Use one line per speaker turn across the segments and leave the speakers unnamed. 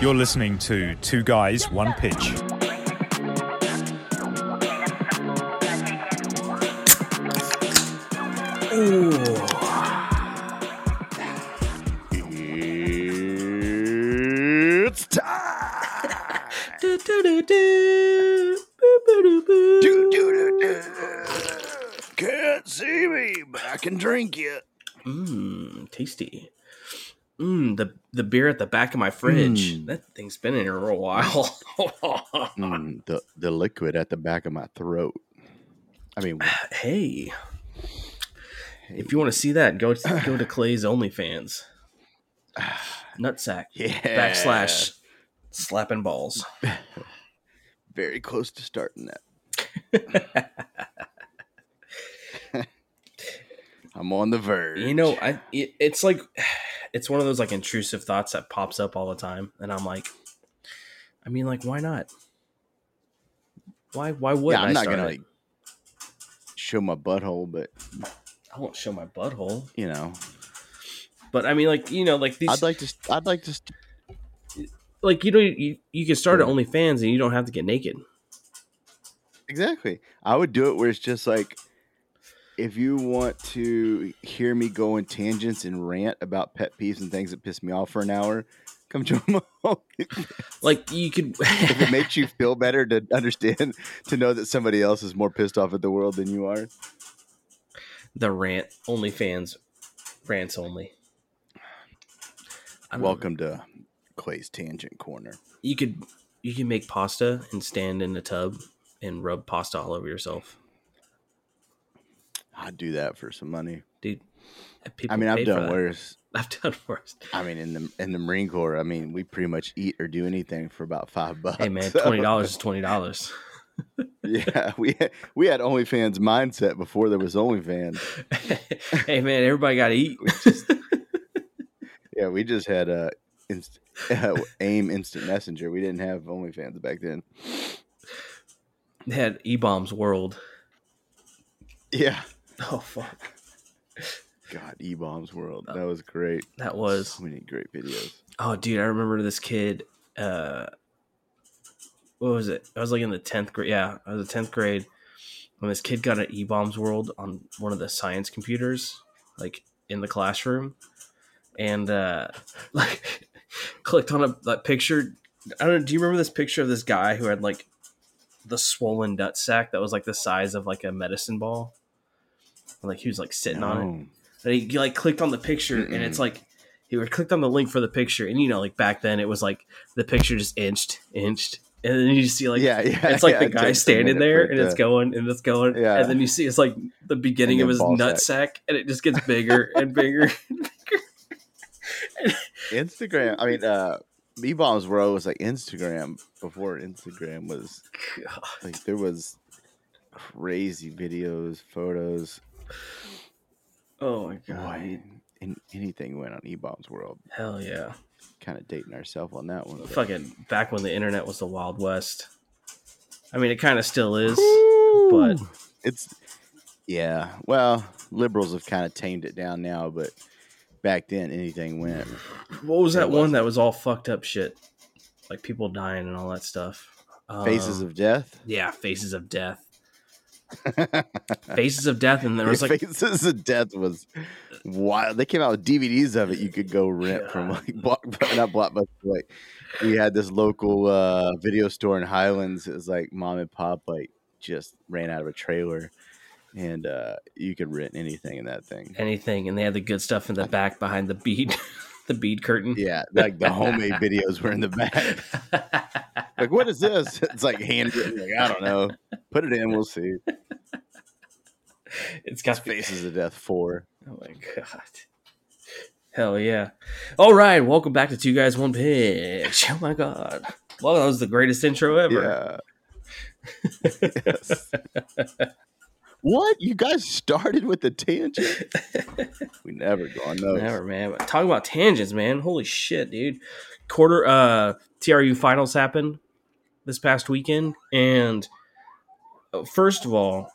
You're listening to Two Guys, One Pitch.
It's time. Do, do, do, do. Can't see me, but I can drink you.
Mmm, tasty. Mmm, the the beer at the back of my fridge.
Mm.
That thing's been in here for a while.
Mm, the the liquid at the back of my throat. I mean,
hey, if you want to see that, go to, go to Clay's OnlyFans. Nutsack
yeah,
backslash slapping balls.
Very close to starting that. I'm on the verge.
You know, I it, it's like it's one of those like intrusive thoughts that pops up all the time, and I'm like, I mean, like, why not? Why why would
yeah,
I
I'm not
start
gonna
it?
like show my butthole, but
I won't show my butthole,
you know,
but I mean, like, you know, like these
I'd like to. st- I'd like to. st-
like you know you, you can start at OnlyFans and you don't have to get naked.
Exactly. I would do it where it's just like if you want to hear me go in tangents and rant about pet peeves and things that piss me off for an hour, come join my if
Like you could
it makes you feel better to understand to know that somebody else is more pissed off at the world than you are.
the rant OnlyFans rants only. I don't know.
Welcome to Clay's Tangent Corner.
You could you can make pasta and stand in a tub and rub pasta all over yourself,
I'd do that for some money.
dude.
I
people
mean, I've
paid for
done
that.
worse.
I've done worse.
I mean, in the in the Marine Corps, I mean, we pretty much eat or do anything for about five bucks.
Hey man,
so-
twenty dollars is twenty dollars.
Yeah, we we had OnlyFans mindset before there was OnlyFans.
hey man, everybody got to eat.
Yeah, we just had a inst- uh, AIM instant messenger. We didn't have OnlyFans back then.
They had E bombs world.
Yeah,
Oh fuck,
God, E bombs world. That was great.
that was
so many great videos.
Oh, dude, I remember this kid. Uh, what was it? I was like in the tenth grade. Yeah, I was in tenth grade when this kid got an E bombs world on one of the science computers, like in the classroom, and uh, like clicked on a that picture. I don't. know, Do you remember this picture of this guy who had like the swollen nut sack that was like the size of like a medicine ball? And, like he was like sitting on it. And he like clicked on the picture, and it's like he were clicked on the link for the picture, and you know, like back then it was like the picture just inched, inched, and then you see like
yeah, yeah.
it's like
yeah,
the
it
guy
takes a
standing
minute
there,
for it
and it's
to-
going and it's going,
Yeah.
and then you see it's like the beginning
And
of his
then ball
nut sack, and it just gets bigger and bigger.
Instagram. I mean, uh, E bombs world was like Instagram before Instagram was
God.
like there was crazy videos, photos.
Oh my god!
Boy, and anything went on E bombs world.
Hell yeah!
kind of dating ourselves on that one. but-
Fucking back when the internet was the wild west. I mean, it kind of still is, but
It's yeah. Well, liberals have kind of tamed it down now, but back then anything went.
what was
It
that
wasn't.
one that was all fucked up shit, like people dying and all that stuff?
Faces
Um,
of death.
yeah, faces of death, faces of death, and there was like
Faces of death was wild. They came out with DVDs of it. You could go rent from
God.
like block, not blockbuster. Like we had this local uh, video store in Highlands. It was like mom and pop like just ran out of a trailer, and uh, you could rent anything in that thing.
anything, and they had the good stuff in the back behind the bead, the bead curtain.
Yeah, like the homemade videos were in the back. Like, what is this? It's like handwritten. Like, I don't know. Put it in. We'll see.
it's got
Faces of Death Four.
Oh my god. Hell yeah. All right, welcome back to Two Guys One Pitch. Oh my god. Well, that was the greatest intro ever.
Yeah. yes. What you guys started with the tangent? We never go on those.
Never, man. Talk about tangents, man. Holy shit, dude. Quarter uh TRU finals happened this past weekend, and uh, first of all,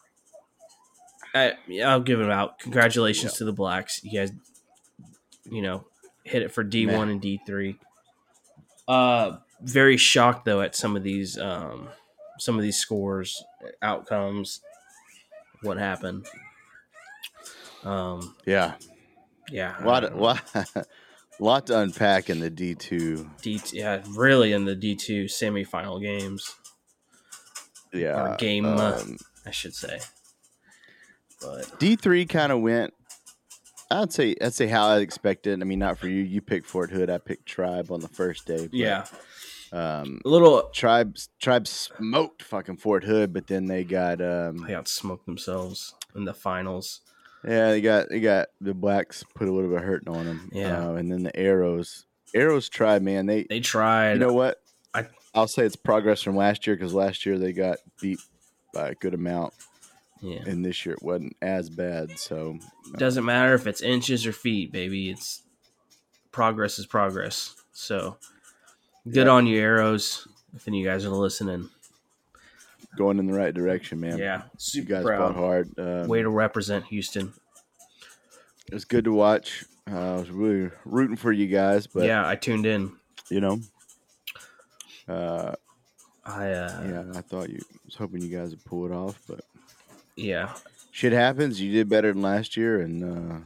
I, I'll give it out. Congratulations to the Blacks. You guys, you know, hit it for D one and D three. Uh, very shocked though at some of these um, some of these scores, outcomes, what happened. Um,
Yeah.
yeah, I
lot,
don't know.
lot, lot to unpack in the D two.
D yeah, really in the D two semifinal games,
Yeah, um,
Or game, uh, I should say. But
D three kind of went. I'd say I'd say how I expected. I mean, not for you. You picked Fort Hood. I picked Tribe on the first day. but,
yeah,
Um,
a little
Tribe Tribe smoked fucking Fort Hood, but then they got um,
they got smoked themselves in the finals.
yeah, they got they got the blacks put a little bit of hurting on them.
Yeah.
uh, and then the arrows arrows Tribe man. They
They tried.
you know what?
I-
I'll say it's progress from last year because last year they got beat by a good amount,
yeah.
and this year it wasn't as bad. So
Doesn't matter if it's inches or feet, baby. It's progress is progress. So good
Yeah.
on you, arrows. If any of you guys are listening,
going in the right direction, man.
yeah,
you
super
guys
proud.
fought hard. Um,
Way to represent Houston.
it was good to watch. Uh, I was really rooting for you guys, but
yeah, I tuned in.
you know, uh,
I uh, yeah.
yeah, I thought you was hoping you guys would pull it off, but
yeah,
shit happens. You did better than last year, and uh,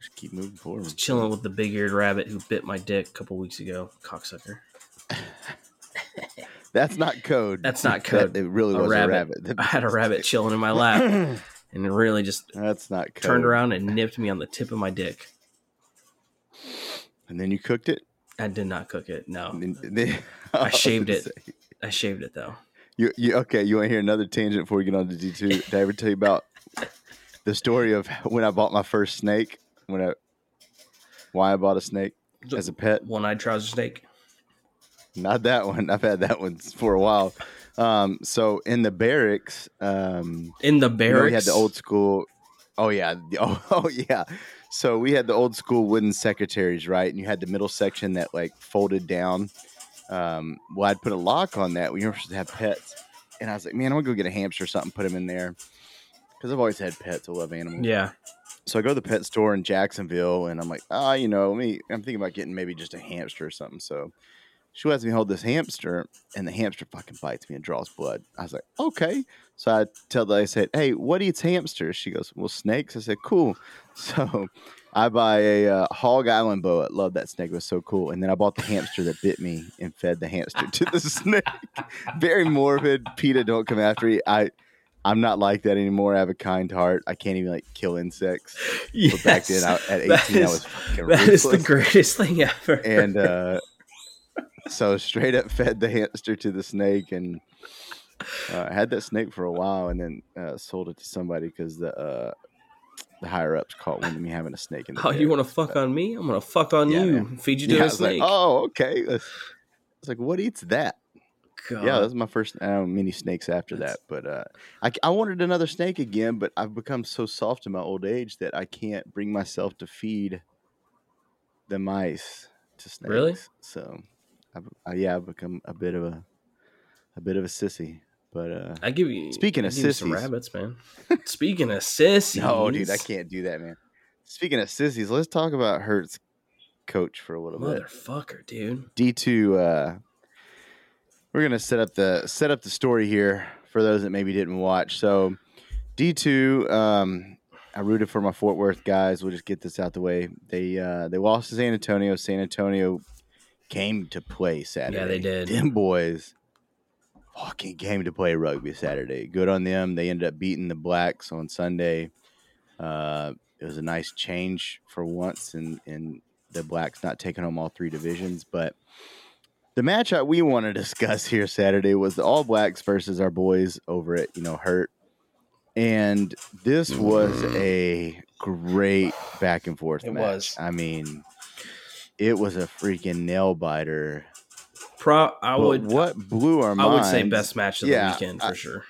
just keep moving forward.
was chilling with the big eared rabbit who bit my dick a couple weeks ago. Cocksucker.
That's not code.
That's not
That-
code.
it really
A
was
rabbit.
a rabbit.
I had a rabbit chilling in my lap and it really just
That's not code.
turned around and nipped me on the tip of my dick.
and then you cooked it.
I did not cook it. No,
And then- then-
Oh. I shaved
was
it.
gonna say,
I shaved it though.
You, you okay? You want to hear another tangent before we get on to D two? Did I ever tell you about the story of when I bought my first snake? When I why I bought a snake as a pet?
One eyed trouser snake.
Not that one. I've had that one for a while. Um, so in the barracks, um,
In the
you
barracks.
know, we had the old school. Oh yeah, oh, oh yeah. So we had the old school wooden secretaries, right? And you had the middle section that like folded down. Um, well, I'd put a lock on that. We were supposed to have pets, and I was like, man, I'm gonna go get a hamster or something, put him in there, because I've always had pets. I love animals.
Yeah.
So I go to the pet store in Jacksonville, and I'm like, ah, you know, let me. I'm thinking about getting maybe just a hamster or something. So she lets me hold this hamster, and the hamster fucking bites me and draws blood. I was like, okay. So I tell the I said, hey, what eats hamsters? She goes, well, snakes. I said, cool. So I buy a uh, Hog Island boa. Love that snake. It was so cool. And then I bought the hamster that bit me and fed the hamster to the snake. Very morbid. PETA, don't come after me. I. I'm not like that anymore. I have a kind heart. I can't even like kill insects. But back then, I, at 18,
That
I
is-
was fucking
that is the
ruthless.
greatest thing ever.
And uh, so straight up fed the hamster to the snake and uh, had that snake for a while and then uh, sold it to somebody because the uh, the higher ups caught one of me having a snake in the
oh, you
bear.
want to fuck on me? I'm gonna fuck on
uh, Yeah,
you.
man.
Feed you to
yeah, I
a
was like,
snake.
oh, okay. It's like, what eats that?
God.
yeah, that was my first. I don't know, many snakes after
Uh, That's-
that, but uh, I, I wanted another snake again. But I've become so soft in my old age that I can't bring myself to feed the mice to snakes.
Really?
So, I've, I, yeah, I've become a bit of a a bit of a sissy. But uh,
I give you.
Speaking
I
of
give you some
sissies.
rabbits, man. Speaking of sissies.
no, dude, I can't do that, man. Speaking of sissies, let's talk about Hertz coach for a little bit.
Motherfucker, dude.
D two. Uh, we're gonna set up the set up the story here for those that maybe didn't watch. So D two. Um, I rooted for my Fort Worth guys. We'll just get this out the way. They uh, they lost to San Antonio. San Antonio came to play Saturday.
they did.
Them boys fucking came to play rugby Saturday. Good on them. They ended up beating the Blacks on Sunday. Uh, it was a nice change for once, and and the Blacks not taking home all three divisions. But the matchup we want to discuss here Saturday was the All Blacks versus our boys over at you know Hurt, and this was a great back and forth.
It
match.
was.
I mean, it was a freaking nail biter.
Pro. I
But
would.
what blew our
I
minds?
would say best match of
Yeah,
the weekend for
I-
sure.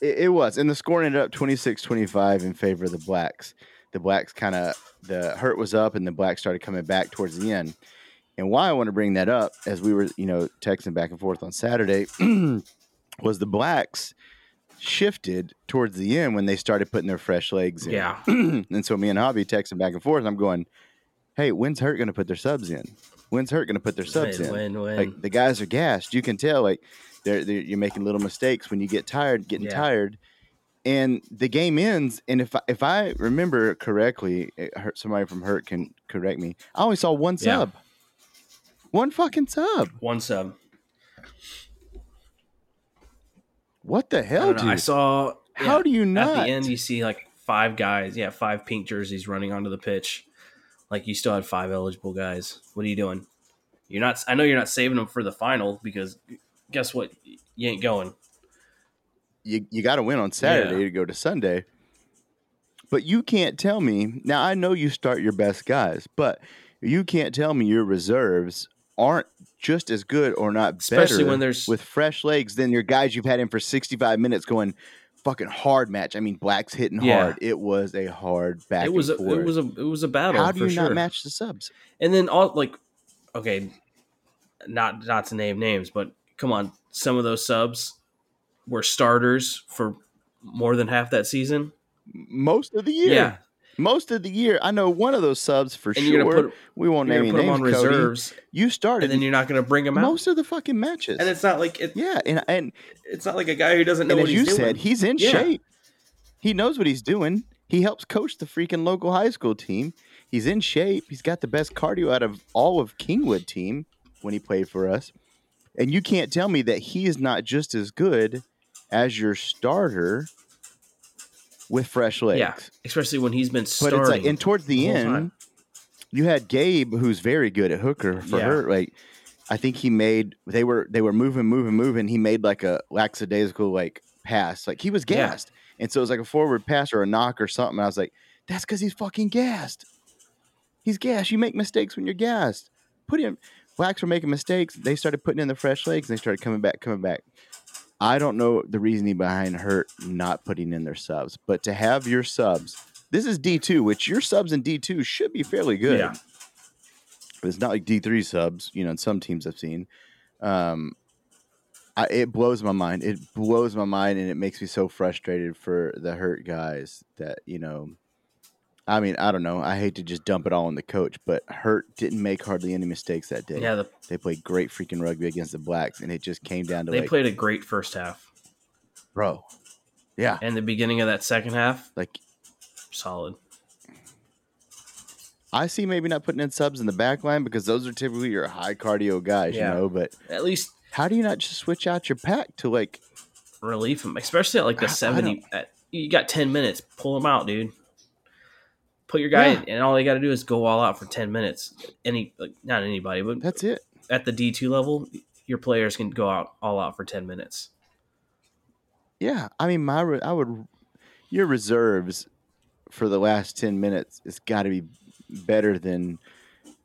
It, it was, and the score ended up 26-25 in favor of the Blacks. The Blacks kind of the hurt was up, and the Blacks started coming back towards the end. And why I want to bring that up, as we were, you know, texting back and forth on Saturday, was the Blacks shifted towards the end when they started putting their fresh legs in.
Yeah.
and so me and Hobby texting back and forth. And I'm going, hey, when's Hurt going to put their subs in? When's Hurt going to put their subs
win,
in?
win, win.
Like the guys are gassed. You can tell like they're, they're you're making little mistakes when you get tired, getting
Yeah.
tired, and the game ends. And if I, if I remember correctly, it hurt, somebody from Hurt can correct me. I only saw one
Yeah.
sub, one fucking sub.
One sub.
What the
I,
hell,
don't know.
dude?
I saw.
How
yeah,
do you not?
At the end, you see like five guys. Yeah, five pink jerseys running onto the pitch. Like you still had five eligible guys. What are you doing? You're not. I know you're not saving them for the final because guess what? You ain't going.
you, you got to win on Saturday
Yeah.
to go to Sunday. But you can't tell me now. I know you start your best guys, but you can't tell me your reserves aren't just as good or not
Especially
better
when there's-
with fresh legs than your guys you've had in for sixty five minutes going fucking hard match. I mean, Black's hitting
Yeah.
hard. It was a hard back.
it was. A,
and forth.
it was a. It was a battle.
How do
for
you
sure.
not match the subs?
And then all like, okay, not not to name names, but come on, some of those subs were starters for more than half that season.
Most of the year, Most of the year, I know one of those subs for
and
sure.
you're gonna put
we won't
you're
name
gonna
any
put them
names.
on
Cody.
reserves,
You started
and then you're not gonna bring them out.
most of the fucking matches.
and it's not like it,
Yeah, and and,
it's not like a guy who doesn't know
and
what
as you
he's doing.
said, he's in
Yeah.
shape. He knows what he's doing. He helps coach the freaking local high school team. He's in shape. He's got the best cardio out of all of Kingwood team when he played for us. And you can't tell me that he is not just as good as your starter with fresh legs.
yeah, especially when he's been
But
starting.
it's like, and towards the,
the whole
end,
time.
you had Gabe, who's very good at hooker for
Yeah.
her. Like, I think he made they were they were moving, moving, moving. He made like a lackadaisical like pass, like he was
Yeah.
gassed, and so it was like a forward pass or a knock or something. I was like, that's because he's fucking gassed. He's gassed. You make mistakes when you're gassed. Put him. Blacks were making mistakes. They started putting in the fresh legs, and they started coming back, coming back. I don't know the reasoning behind Hurt not putting in their subs, but to have your subs, this is D two, which your subs in D two should be fairly good.
Yeah.
It's not like D three subs, you know. In some teams I've seen, um, I, it blows my mind. It blows my mind, and it makes me so frustrated for the Hurt guys that you know. I mean, I don't know. I hate to just dump it all on the coach, but Hurt didn't make hardly any mistakes that day.
yeah, the,
They played great freaking rugby against the Blacks, and it just came down to
they
like,
played a great first half,
bro, yeah,
and the beginning of that second half,
like
solid.
I see maybe not putting in subs in the back line because those are typically your high cardio guys,
Yeah.
you know. But
At least
how do you not just switch out your pack to like
relief him, especially at like the
I- I
seventy. At, you got ten minutes. Pull him out, dude. Put your guy,
Yeah.
in, and all you got to do is go all out for ten minutes. Any, like, not anybody, but
that's it?
at the D two level, your players can go out all out for ten minutes.
Yeah, I mean, my re- I would your reserves for the last ten minutes it's got to be better than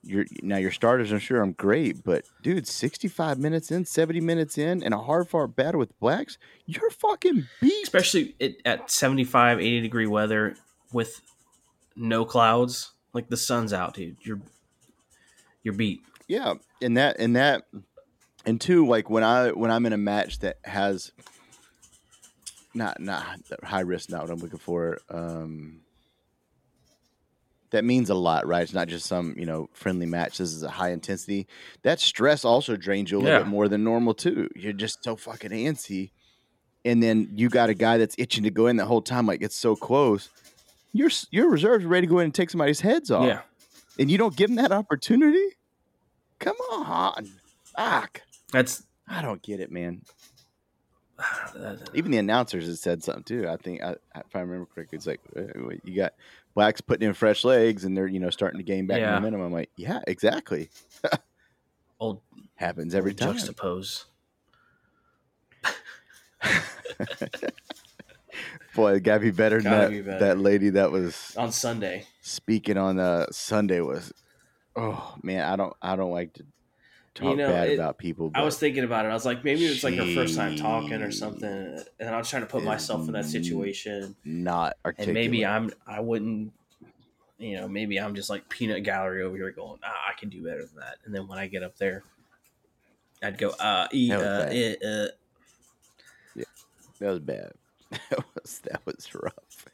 your now your starters. I'm sure I'm great, but dude, 65 minutes in, 70 minutes in, and a hard fought battle with blacks, you're fucking beat.
Especially it, at 75, 80 degree weather with no clouds, like the sun's out, dude. You're you're beat.
yeah and that and that and two like when i when i'm in a match that has not not high risk not what i'm looking for um that means a lot right it's not just some you know friendly match this is a high intensity that stress also drains you a little
Yeah.
bit more than normal too you're just so fucking antsy and then you got a guy that's itching to go in the whole time like it's so close your your reserves are ready to go in and take somebody's heads off
Yeah,
and you don't give him that opportunity? Come on. Fuck.
that's uh,
I don't get it, man.
that-
Even the announcers had said something too. I think, I, if I remember correctly, it's like eh, wait, you got blacks putting in fresh legs, and they're you know starting to gain back
Yeah.
momentum. I'm like, yeah, exactly.
old
Happens every time.
juxtapose.
Boy, it gotta be better than
Gotta
that,
be better.
that lady that was
On Sunday,
speaking on uh, Sunday was. Oh man, I don't, I don't like to talk
know,
bad
it-
about people.
I
but-
was thinking about it. I was like, maybe it's like her first time talking or something, and I was trying to put myself in that situation.
not articulate.
And maybe I'm I wouldn't, you know, maybe I'm just like peanut gallery over here going, ah, I can do better than that. And then when I get up there, I'd go, uh, e, uh,
Hell with
eh, uh.
That was bad. That was that was rough.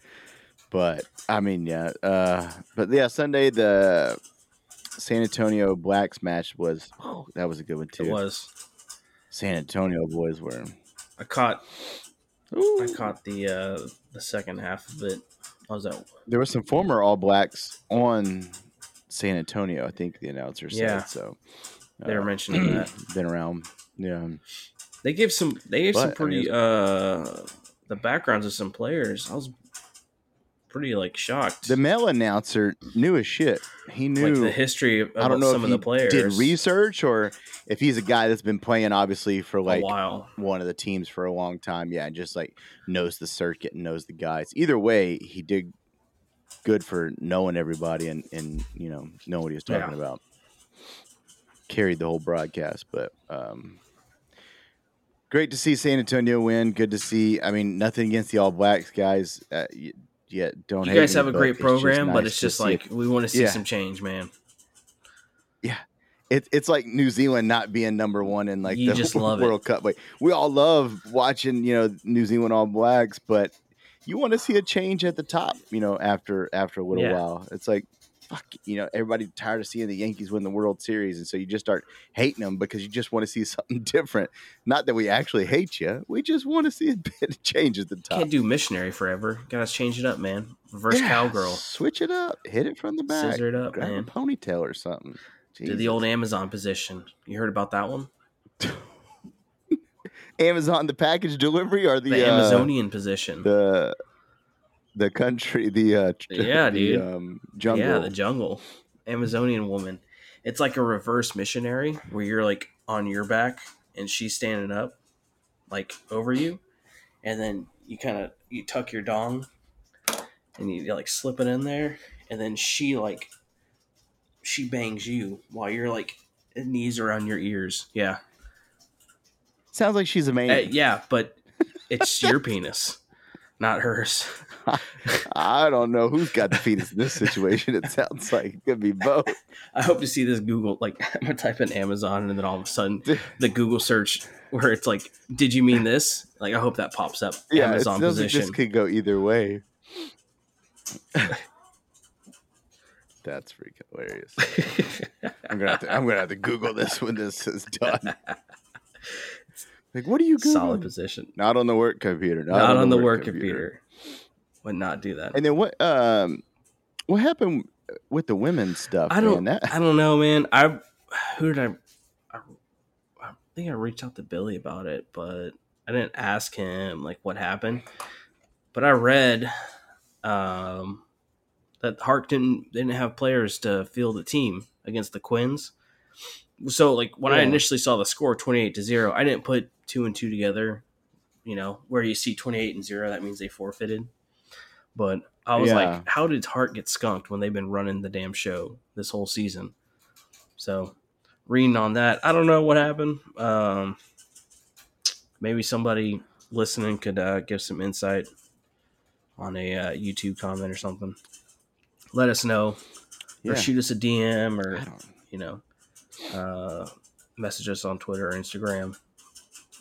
But I mean, yeah. Uh, but yeah, Sunday the San Antonio Blacks match was oh, that was a good one too.
It was.
San Antonio boys were.
I caught
Ooh.
I caught the uh the second half of it. I was at
There was some former All Blacks on San Antonio, I think the announcer said.
Yeah.
So
they were
uh,
mentioning that.
been around. Yeah,
They gave some they gave some
But, I mean,
pretty uh the backgrounds of some players. I was pretty like shocked.
the male announcer knew his shit. He knew.
like the history of
I don't know
some
if
of
he
the players
did research or if he's a guy that's been playing obviously for
a
like
while.
one of the teams for a long time. Yeah, and just like knows the circuit and knows the guys. Either way, he did good for knowing everybody and and you know know what he was talking
Yeah.
about. Carried the whole broadcast, but um, great to see San Antonio win. Good to see. I mean, nothing against the All Blacks guys. Uh, y- yeah, don't
You
hate
guys
me,
have a
but
great
it's just
program, but
nice
it's
to
just
see
like we want to see
Yeah.
some change, man.
it, it's like New Zealand not being number one in like
You
the
just love it.
World Cup. Like we all love watching, you know, New Zealand All Blacks, but you want to see a change at the top, you know, after after a little
Yeah.
while. It's like fuck, you know, everybody tired of seeing the Yankees win the World Series, and so you just start hating them because you just want to see something different. Not that we actually hate you, we just want to see a bit of change at the top.
Can't do missionary forever. Gotta change it up, man. Reverse
Yeah,
cowgirl.
switch it up, hit it from the back,
Scissor it up,
grab
man.
a ponytail or something.
Do
Jesus.
the old Amazon position. You heard about that one?
Amazon the package delivery or the,
The
uh,
Amazonian position.
the the country the uh tr-
Yeah,
the,
dude.
um jungle
Yeah, the jungle. Amazonian woman. It's like a reverse missionary where you're like on your back and she's standing up like over you and then you kind of you tuck your dong and you like slip it in there and then she like she bangs you while you're like knees around your ears. Yeah.
sounds like she's a man
Uh, yeah, but it's your penis, not hers.
i don't know who's got the fetus in this situation it sounds like it could be both
I hope to see this Google like I'm gonna type in Amazon and then all of a sudden the Google search where it's like, did you mean this? Like I hope that pops up.
yeah it
Amazon
sounds like
position.
this could go either way that's freaking hilarious i'm gonna have to i'm gonna have to google this when this is done like what are you
Solid
googling?
position.
not on the work computer not,
Not on the work computer. Would not do that.
And then what? Um, what happened with the women's stuff?
I don't.
Man? That,
I don't know, man. I who did I, I? I think I reached out to Billy about it, but I didn't ask him like what happened. But I read um, that Hark didn't didn't have players to field the team against the Quins. So like when I
Yeah.
initially saw the score twenty eight to zero, I didn't put two and two together. You know where you see twenty eight and zero, that means they forfeited. But I was
Yeah.
like, how did Hart get skunked when they've been running the damn show this whole season? So reading on that, I don't know what happened. Um, maybe somebody listening could uh, give some insight on a uh, YouTube comment or something. Let us know,
yeah.
or shoot us a DM, or
I don't.
you know, uh, message us on Twitter or Instagram.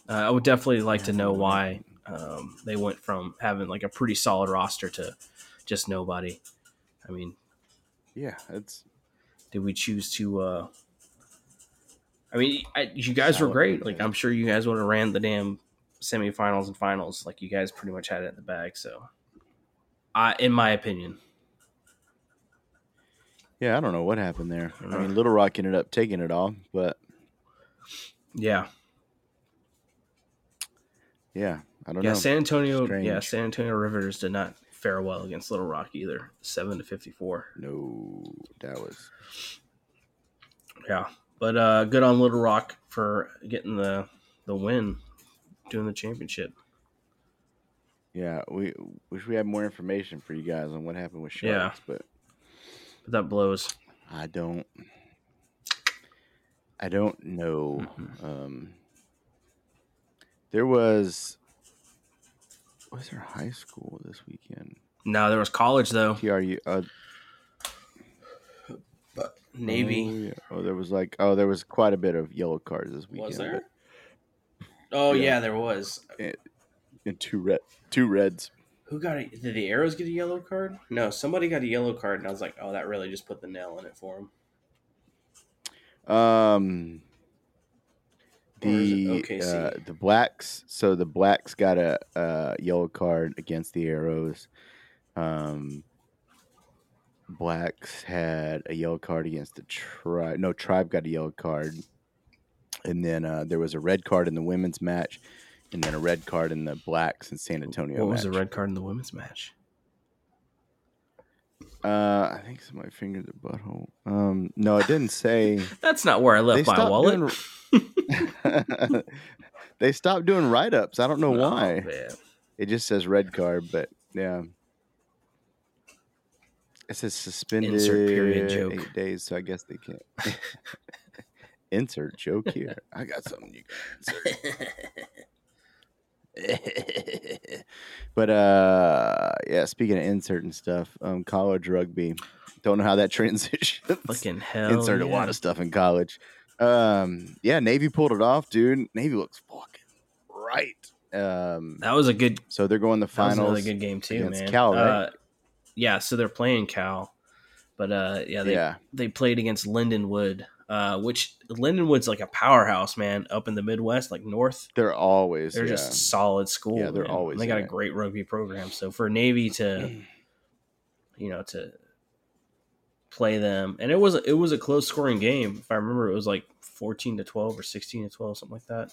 Uh, I would definitely like to know why um, they went from having like a pretty solid roster to just nobody. I mean,
Yeah, it's
did we choose to? Uh, I mean, I, you guys were
Solid
great. Like,
rotation.
I'm sure you guys would have ran the damn semifinals and finals. Like, you guys pretty much had it in the bag. So, I, in my opinion,
yeah. I don't know what happened there.
I don't
I
know.
mean, Little Rock ended up taking it all, but
yeah,
yeah, I don't
yeah.
know.
San Antonio, yeah,
Strange.
San Antonio Riveters did not fare well against Little Rock either. Seven to fifty-four.
no, that was
Yeah, but uh, good on Little Rock for getting the the win, doing the championship.
yeah. We wish we had more information for you guys on what happened with
Yeah.
sharks, but
But that blows.
I don't. I don't know.
Hmm.
Um, there was. Was there high school this weekend?
No, there was college though.
TRU. Uh,
Navy.
Oh, yeah. oh, there was like oh, there was quite a bit of yellow cards this weekend.
Was
but-
there? Oh yeah.
Yeah.
there was.
And two red, two reds.
Who got it? Did the arrows get a yellow card? No, somebody got a yellow card, and I was like, oh, that really just put the nail in it for him.
Um,
Or is it
the
OKC?
uh, the blacks. So the blacks got a, uh yellow card against the arrows. Um, blacks had a yellow card against the tribe. No, tribe got a yellow card, and then uh, there was a red card in the women's match, and then a red card in the blacks and San Antonio.
what was the
match.
red card in the women's match?
Uh, I think somebody fingered the butthole. Um, no, it didn't say.
That's not where I left
They
my
stopped
wallet.
doing- they stopped doing write ups. I don't know
Oh,
why.
man.
It just says red card, but yeah. It says suspended
period joke.
eight days, so I guess they can't. insert joke here. I got something you can insert. but uh yeah, speaking of insert and stuff, um college rugby. Don't know how that transitions
Fucking hell.
insert a
Oh, yeah.
lot of stuff in college. Um, yeah, Navy pulled it off, dude. Navy looks fucking right. Um,
That was a good
so they're going the
That was
finals.
another good game too,
against
man.
Cal, right?
uh, yeah, so they're playing Cal, but uh, yeah, they
yeah,
they played against Lindenwood, uh, which Lindenwood's like a powerhouse, man, up in the Midwest, like North.
they're always.
They're
yeah.
just solid school.
Yeah, they're
man.
always
They got a
in it.
great rugby program. So for Navy to, you know, to play them, and it was it was a close scoring game. If I remember, it was like fourteen to twelve or sixteen to twelve, something like that.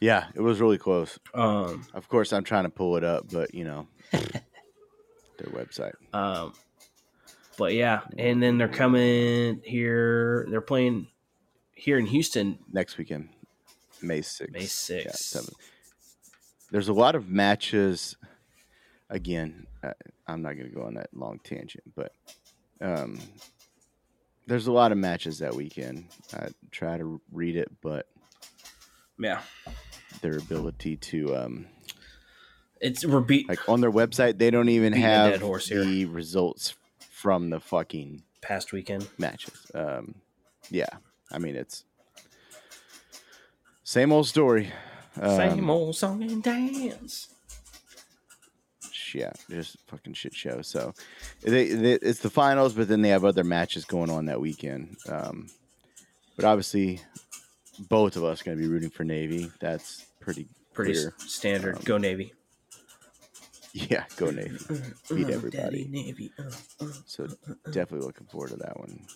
yeah, it was really close.
Um,
Of course, I'm trying to pull it up, but you know, their website.
Um, but yeah, and then they're coming here. They're playing here in Houston
next weekend, May 6th.
May sixth.
seventh. There's a lot of matches. Again, I, I'm not going to go on that long tangent, but um, there's a lot of matches that weekend. I try to read it, but
yeah,
their ability to, um,
it's we're beat
like on their website, they don't even
Beating a
have
dead horse here.
the results from the fucking
past weekend.
matches. Um, yeah, I mean it's same old story. Um,
Same old song and dance.
sh- yeah, just fucking shit show. So they, they, it's the finals, but then they have other matches going on that weekend. Um, but obviously, both of us going to be rooting for Navy. That's pretty
Pretty
clear.
s- standard.
Um,
Go Navy. Uh,
Yeah, go Navy. beat
Daddy
everybody.
Navy. uh, uh.
So definitely looking forward to that one.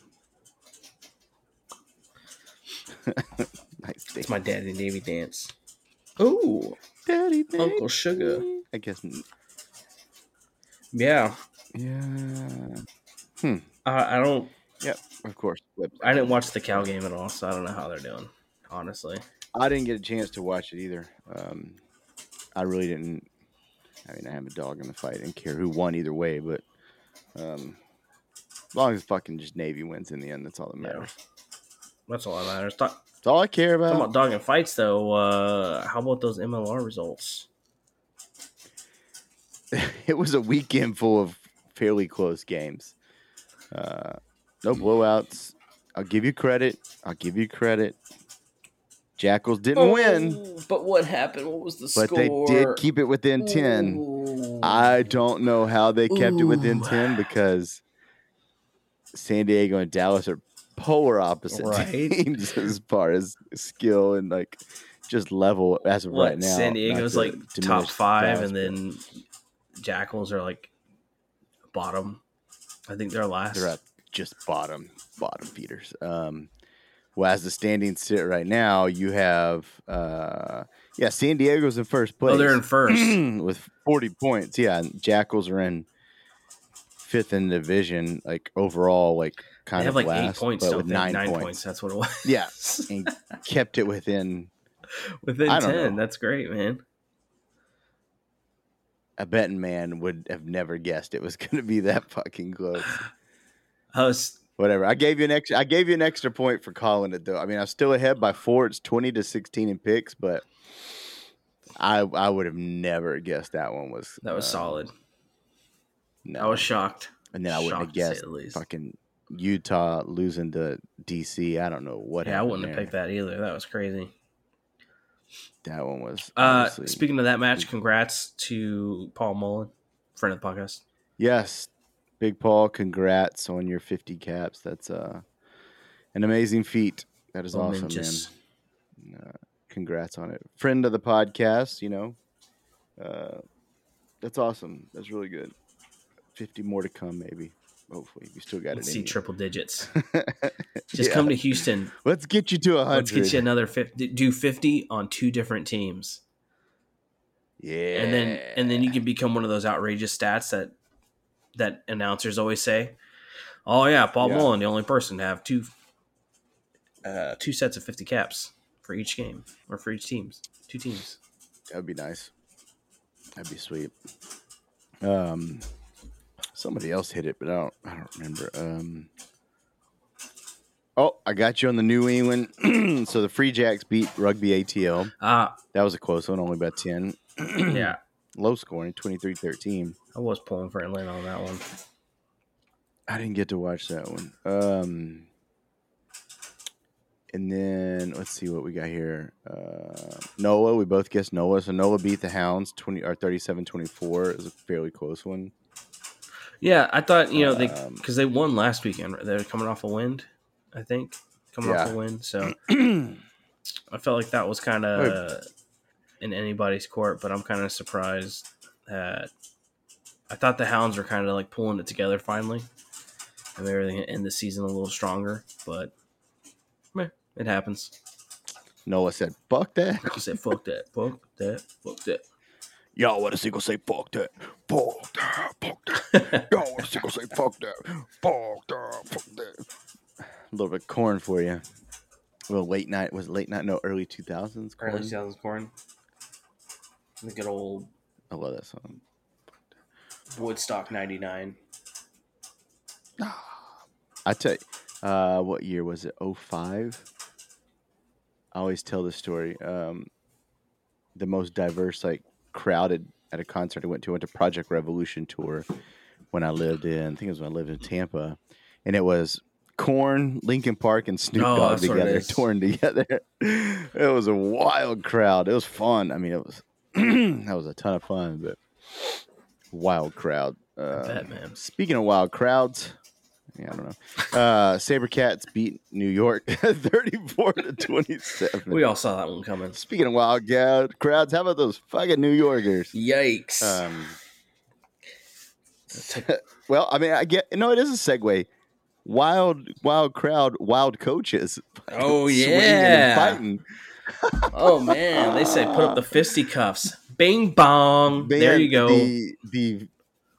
nice.
It's
dance.
my daddy Navy dance. Ooh,
daddy.
Uncle Sugar.
I guess. n-
Yeah,
Yeah.
I, I don't.
Yep. Of course. Web-
I didn't watch the Cal game at all, so I don't know how they're doing. Honestly,
I didn't get a chance to watch it either. Um, I really didn't. I mean, I have a dog in the fight and care who won either way, but um, as long as fucking just Navy wins in the end, that's all that
Yeah.
matters.
that's all that matters. Talk,
It's all I care
Talking
about.
about dog and fights, though, uh, how about those MLR results?
it was a weekend full of fairly close games. Uh, no blowouts. I'll give you credit. I'll give you credit. Jackals didn't win,
Oh, But what happened? What was the
but they did keep it within ten. I don't know how they kept it within
Ooh.
10 because San Diego and Dallas are polar opposite
Right.
teams as far as skill and like just level as of
What,
right now.
San
not
Diego's
to
like top
diminish
five,
Dallas,
and then Jackals are like bottom. I think they're
but
last.
they're at just bottom, bottom feeders. Um, well, as the standings sit right now, you have, uh, yeah, San Diego's in first place.
oh, they're in first.
with 40 points. Yeah, and Jackals are in fifth in the division, like overall, like kind
they have
of
like
last,
eight points.
but
Don't
with
they?
nine, points.
That's what it was.
Yeah, and kept it within.
within
I
ten.
don't know.
That's great, man.
A betting man would have never guessed it was going to be that fucking close.
I was
Whatever. I gave you an extra. I gave you an extra point for calling it though. I mean, I'm still ahead by four. It's 20 to 16 in picks, but. I, I would have never guessed that one was
that was
uh,
solid.
No.
I was shocked.
and then I wouldn't have
shocked, to say
guessed
the least.
fucking Utah losing to DC. I don't know what.
Yeah, I
happened
wouldn't have
there.
picked that either. That was crazy.
That one was.
Uh,
obviously-
speaking of that match, congrats to Paul Mullen, friend of the podcast.
yes, Big Paul, congrats on your fifty caps. That's uh, An amazing feat. That
Oh,
is awesome,
Momentous.
man. Uh, congrats on it, friend of the podcast. You know, uh, that's awesome. That's really good. Fifty more to come, maybe. Hopefully, you still got
Let's
it.
see
in you.
triple digits. Just come to Houston.
Let's get you to a hundred.
Let's get you another 50, do 50 on two different teams.
Yeah.
And then and then you can become one of those outrageous stats that that announcers always say. Oh yeah, Paul
Yeah.
Mullen, the only person to have two uh, two sets of 50 caps for each game or for each teams. Two teams.
That'd be nice. That'd be sweet. Um, somebody else hit it, but I don't. I don't remember. Um. Oh, I got you on the New England. so the Free Jacks beat Rugby ATL.
Ah,
That was a close one, only by 10.
yeah.
Low scoring, 23 13.
I was pulling for Atlanta on that one.
I didn't get to watch that one. Um, and then let's see what we got here. Uh, Noah, we both guessed Noah. So Noah beat the Hounds 20 or 37 24. It was a fairly close one.
Yeah, I thought you know they
Um,
because they won last weekend. right? They were coming off a win, I think, coming off
Yeah.
a win. So I felt like that was kind of in anybody's court. But I'm kind of surprised that I thought the Hounds were kind of like pulling it together finally, and maybe they're gonna end the season a little stronger. But meh, it happens.
Noah said, fuck that.
Like you said, fuck that, fuck that, fuck that.
Y'all want a single say, fuck that. Fuck that. Fuck that. Y'all want a single say, fuck that. Fuck that. Fuck that. A little bit of corn for you. A little late night. Was it late night? No, early 2000s corn.
Early 2000s corn. The good old
I love that song.
Woodstock '99.
I tell you, uh, what year was it? 05? I always tell this story. Um, the most diverse, like, crowded at a concert I went to, I went to Project Revolution tour when I lived in, I think it was when I lived in Tampa. And it was Corn, Linkin Park, and Snoop
Oh,
Dogg
that's what it
together,
is.
torn together. it was a wild crowd. It was fun. I mean, it was, that was a ton of fun, but wild crowd. Uh,
bet, man.
Speaking of wild crowds, yeah, I don't know. Uh, Sabercats beat New York 34 to 27.
We all saw that one coming.
Speaking of wild ga- crowds, how about those fucking New Yorkers?
Yikes!
Um, well, I mean, I get no, it is a segue. Wild, wild crowd, wild coaches.
Oh,
Swinging
yeah.
and fighting.
oh man, they said put up the fisticuffs. Bing bong. there
Man,
you go.
The the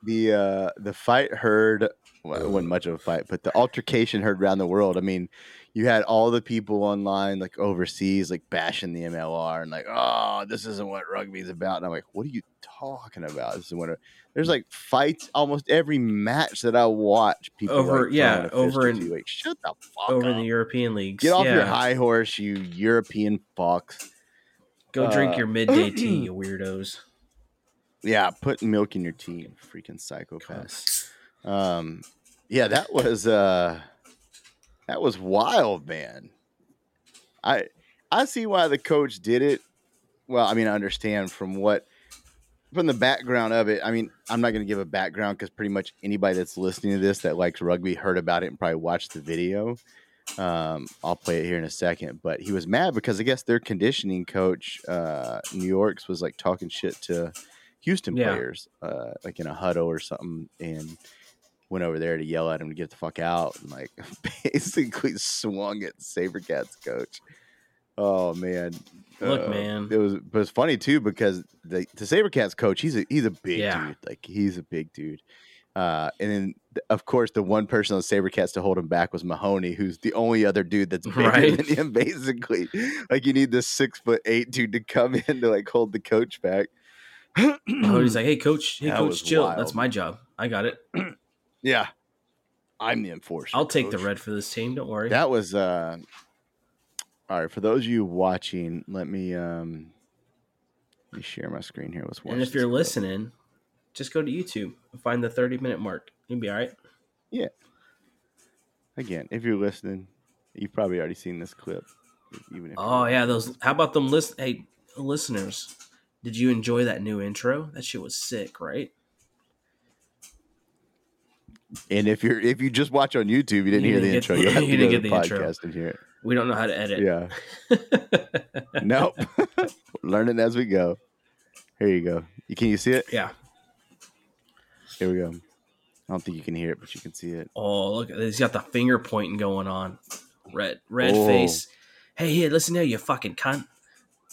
the uh, the fight heard well, it wasn't much of a fight, but the altercation heard around the world. I mean, you had all the people online, like overseas, like bashing the MLR and like, oh, this isn't what rugby's about. And I'm like, what are you talking about? This is what there's like fights almost every match that I watch. People
Over-
like,
yeah,
throwing a fist
over
or
in-
two, like shut the fuck
Over
up.
in the European leagues.
Get off
yeah.
your high horse, you European fox.
Go drink
uh,
your midday tea, you weirdos.
Yeah, put milk in your tea, freaking psychopath.
Cuss.
Um, yeah, that was uh, that was wild, man. I I see why the coach did it. Well, I mean, I understand from what from the background of it. I mean, I'm not going to give a background because pretty much anybody that's listening to this that likes rugby heard about it and probably watched the video. Um, I'll play it here in a second, but he was mad because I guess their conditioning coach, uh, New York's, was like talking shit to Houston
Yeah.
players, uh, like in a huddle or something, and went over there to yell at him to get the fuck out and like basically swung at Sabercats coach. Oh man.
Look,
Uh,
man.
It was but it's funny too because the, the Sabercats coach, he's a he's a big
Yeah.
dude. Like he's a big dude. Uh, and then th- of course the one person on Sabercats to hold him back was Mahoney, who's the only other dude that's bigger
Right.
than him, basically. Like you need this six foot eight dude to come in to like hold the coach back.
Oh, he's like, hey coach, hey
That was
coach, chill.
wild.
That's my job. I got it.
yeah. I'm the enforcer.
I'll take the
coach.
red for this team. Don't worry.
That was uh all right. For those of you watching, let me um let me share my screen here. Let's watch.
and if
this
you're
clip.
listening, just go to YouTube and find the 30 minute mark. You'll be all right.
again, if you're listening, you've probably already seen this clip. Even if
Oh
you-
yeah, those. How about them? Listen, hey listeners, did you enjoy that new intro? That shit was sick, right?
And if you're if you just watch on YouTube, you didn't
You didn't
hear the
get-
intro. You have
you
to
didn't
go to
get
the
the intro.
podcast and hear it.
We don't know how to edit.
Yeah. Nope. Learning as we go. Here you go. You can you see it?
yeah.
Here we go. I don't think you can hear it, but you can see it.
Oh, look, he's got the finger pointing going on. Red, red
Oh.
face. Hey, here, listen here, you fucking cunt.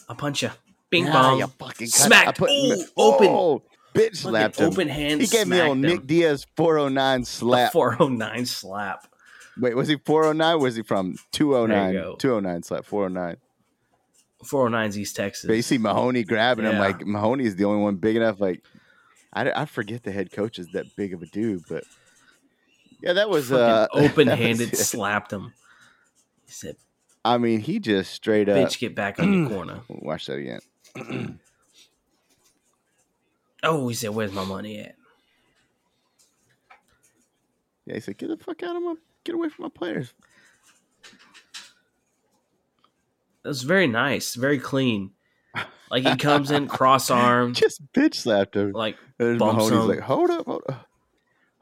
I'll punch you. Bing
Ah,
bong.
you fucking cunt.
Smacked.
I put-
Ooh, open.
Oh, bitch
Fucking
slapped him.
open hand.
He gave me
smacked
old
him.
Nick Diaz 409
The
slap.
409 slap.
Wait, was he 409? Was he from
There you go.
209? 209 slap, 409.
409's East Texas.
But you see Mahoney grabbing him.
Yeah.
Like, Mahoney is the only one big enough. Like, I, I forget the head coach is that big of a dude, but yeah, that was uh, that was
open handed
it.
slapped him. He said,
I mean, he just straight up.
bitch, get back on your corner.
Watch that again.
Oh, he said, where's my money at?
Yeah, he said, "Get the fuck out of my, get away from my players."
That was very nice, very clean. Like he comes in cross armed,
Just bitch slapped him.
like
There's
bumps
Mahoney's
him.
like, "Hold up, hold up.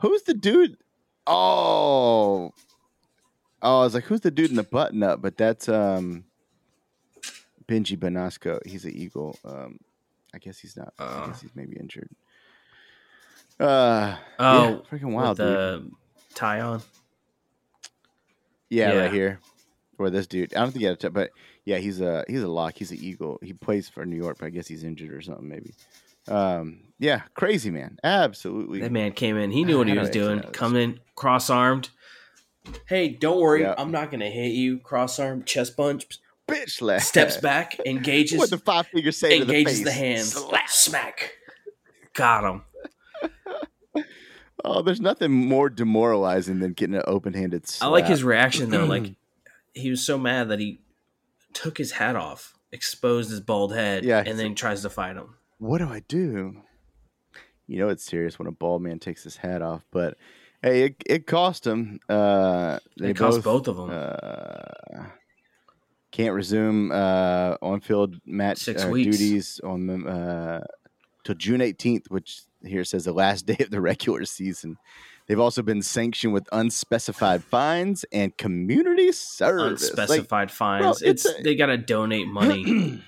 Who's the dude?" Oh, oh, I was like, "Who's the dude in the button up?" But that's um, Benji Benasco. He's an Eagle. Um, I guess he's not. I
Uh.
guess he's maybe injured. Uh, yeah,
oh,
freaking wild,
with
dude.
the tie on.
Yeah,
Yeah.
right here. Or this dude. I don't think he had a t- but yeah, he's a he's a lock. He's an eagle. He plays for New York, but I guess he's injured or something, maybe. Um, yeah, crazy man. Absolutely.
That man came in. He knew what he
How do
was
I actually
doing.
know this?
Come in cross armed. Hey, don't worry.
Yeah.
I'm not going to hit you. Cross arm, chest punch,
Bitch slap.
steps back, engages,
what the five figure say to the
engages
face?
the, hands.
Slap.
Smack. Got him.
Oh, there's nothing more demoralizing than getting an open handed
I
slap.
like his reaction, though. Like, he was so mad that he took his hat off, exposed his bald head,
Yeah, he's
and then tries to fight him.
what do I do? You know it's serious when a bald man takes his hat off, but hey, it, it cost him. Uh, they
It cost both of them.
Uh, can't resume uh, on-field match
Six
uh,
weeks.
duties on uh, till June 18th, which here says the last day of the regular season. They've also been sanctioned with unspecified fines and community service. Like,
unspecified fines.
bro,
it's
it's a-
they gotta donate money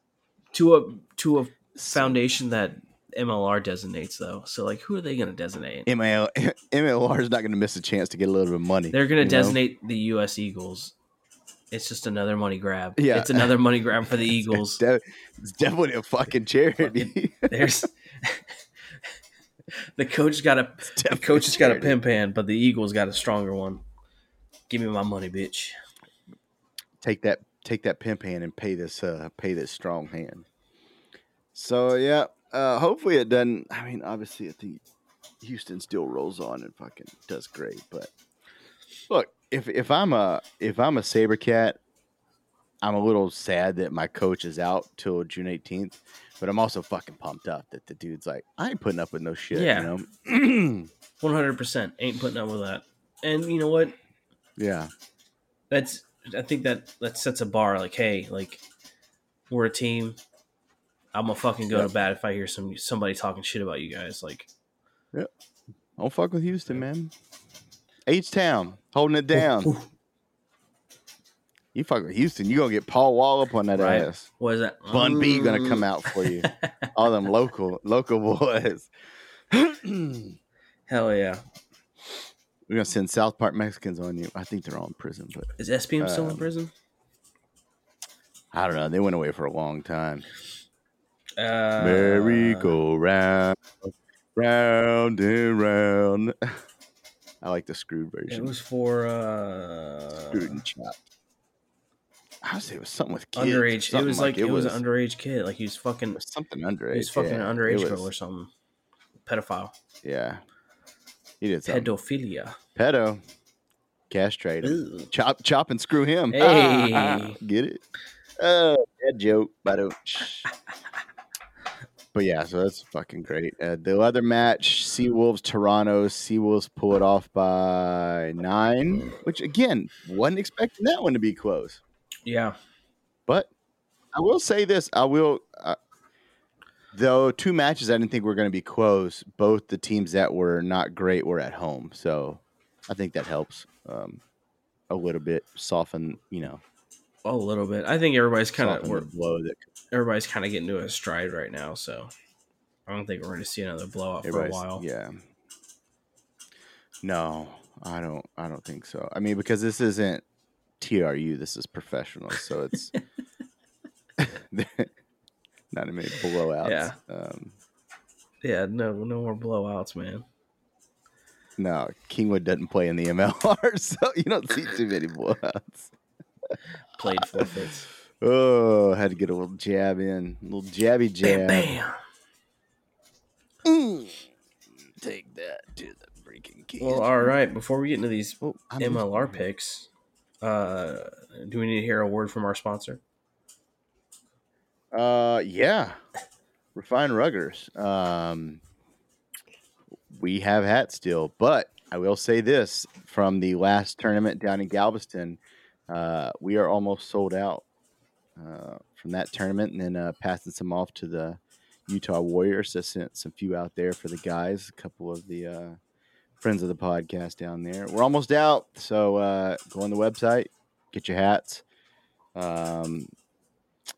to a to a foundation that MLR designates though. So like, who are they gonna designate?
ML, MLR is not going to miss a chance to get a little bit of money.
They're gonna
you know?
designate the U.S. Eagles. It's just another money grab.
Yeah.
it's another money grab for the Eagles.
De- it's definitely a fucking charity.
There's the coach got a the coach has got a pimp hand, but the Eagles got a stronger one. Give me my money, bitch.
take that take that pimp hand and pay this uh pay this strong hand. So yeah, uh hopefully it doesn't I mean obviously I think Houston still rolls on and fucking does great, but look, if if I'm a if I'm a Sabercat, I'm a little sad that my coach is out till June 18th, but I'm also fucking pumped up that the dude's like, I ain't putting up with no shit,
Yeah.
you know.
One hundred percent ain't putting up with that. And you know what?
yeah.
that's I think that that sets a bar like hey like we're a team I'm gonna fucking go
Yep.
to bat if I hear some somebody talking shit about you guys like
Don't fuck with Houston, man. H Town holding it down. You fuck with Houston, you gonna get Paul Wall up on that
Right.
ass.
what is that
Bun B gonna come out for you. All them local local boys. We're
hell yeah
gonna send South Park Mexicans on you. I think they're all in prison, but
is SPM still in
Um,
prison
I don't know. They went away for a long time.
uh,
Merry go round, round and round. I like the screwed
it
version.
was for uh
screwed and chopped. I would say it was something with kids. or
underage it
something
was like, it was, an underage kid like he was fucking
It was something
he
underage.
was fucking
yeah.
an
It
underage
was-
girl or something pedophile
Yeah. He did something.
pedophilia
Pedo. Castrate him.
Ew.
Chop, chop, and screw him.
Hey.
Get it? Oh, that joke. Bado. But yeah, so that's fucking great. Uh, the other match, Seawolves Toronto. Seawolves pull it off by nine, which again, wasn't expecting that one to be close.
yeah
But I will say this: I will. Uh, Though two matches I didn't think were going to be close. Both the teams that were not great were at home, so I think that helps um, a little bit soften, you know,
Oh, a little bit. I think everybody's kind of
soften the blow that
everybody's kind of getting to a stride right now, so I don't think we're going to see another blowout for a
everybody's-
while.
Yeah. No, I don't. I don't think so. I mean, because this isn't TRU. This is professional, so it's not a many blowouts.
Yeah.
Um,
Yeah, no, no more blowouts, man.
no, Kingwood doesn't play in the MLR, so you don't see too many blowouts.
Played forfeits.
Oh, had to get a little jab in, a little jabby jab.
Bam, bam.
Mm. Take that to the freaking kids.
Well, all right. Before we get into these
Oh, I'm losing
MLR
my-
picks, uh, do we need to hear a word from our sponsor?
Uh, yeah, Refine Ruggers. Um, we have hats still, but I will say this from the last tournament down in Galveston, uh, we are almost sold out uh, from that tournament, and then uh, passing some off to the Utah Warriors. I sent some few out there for the guys, a couple of the uh, friends of the podcast down there. We're almost out, so uh, go on the website, get your hats. Um,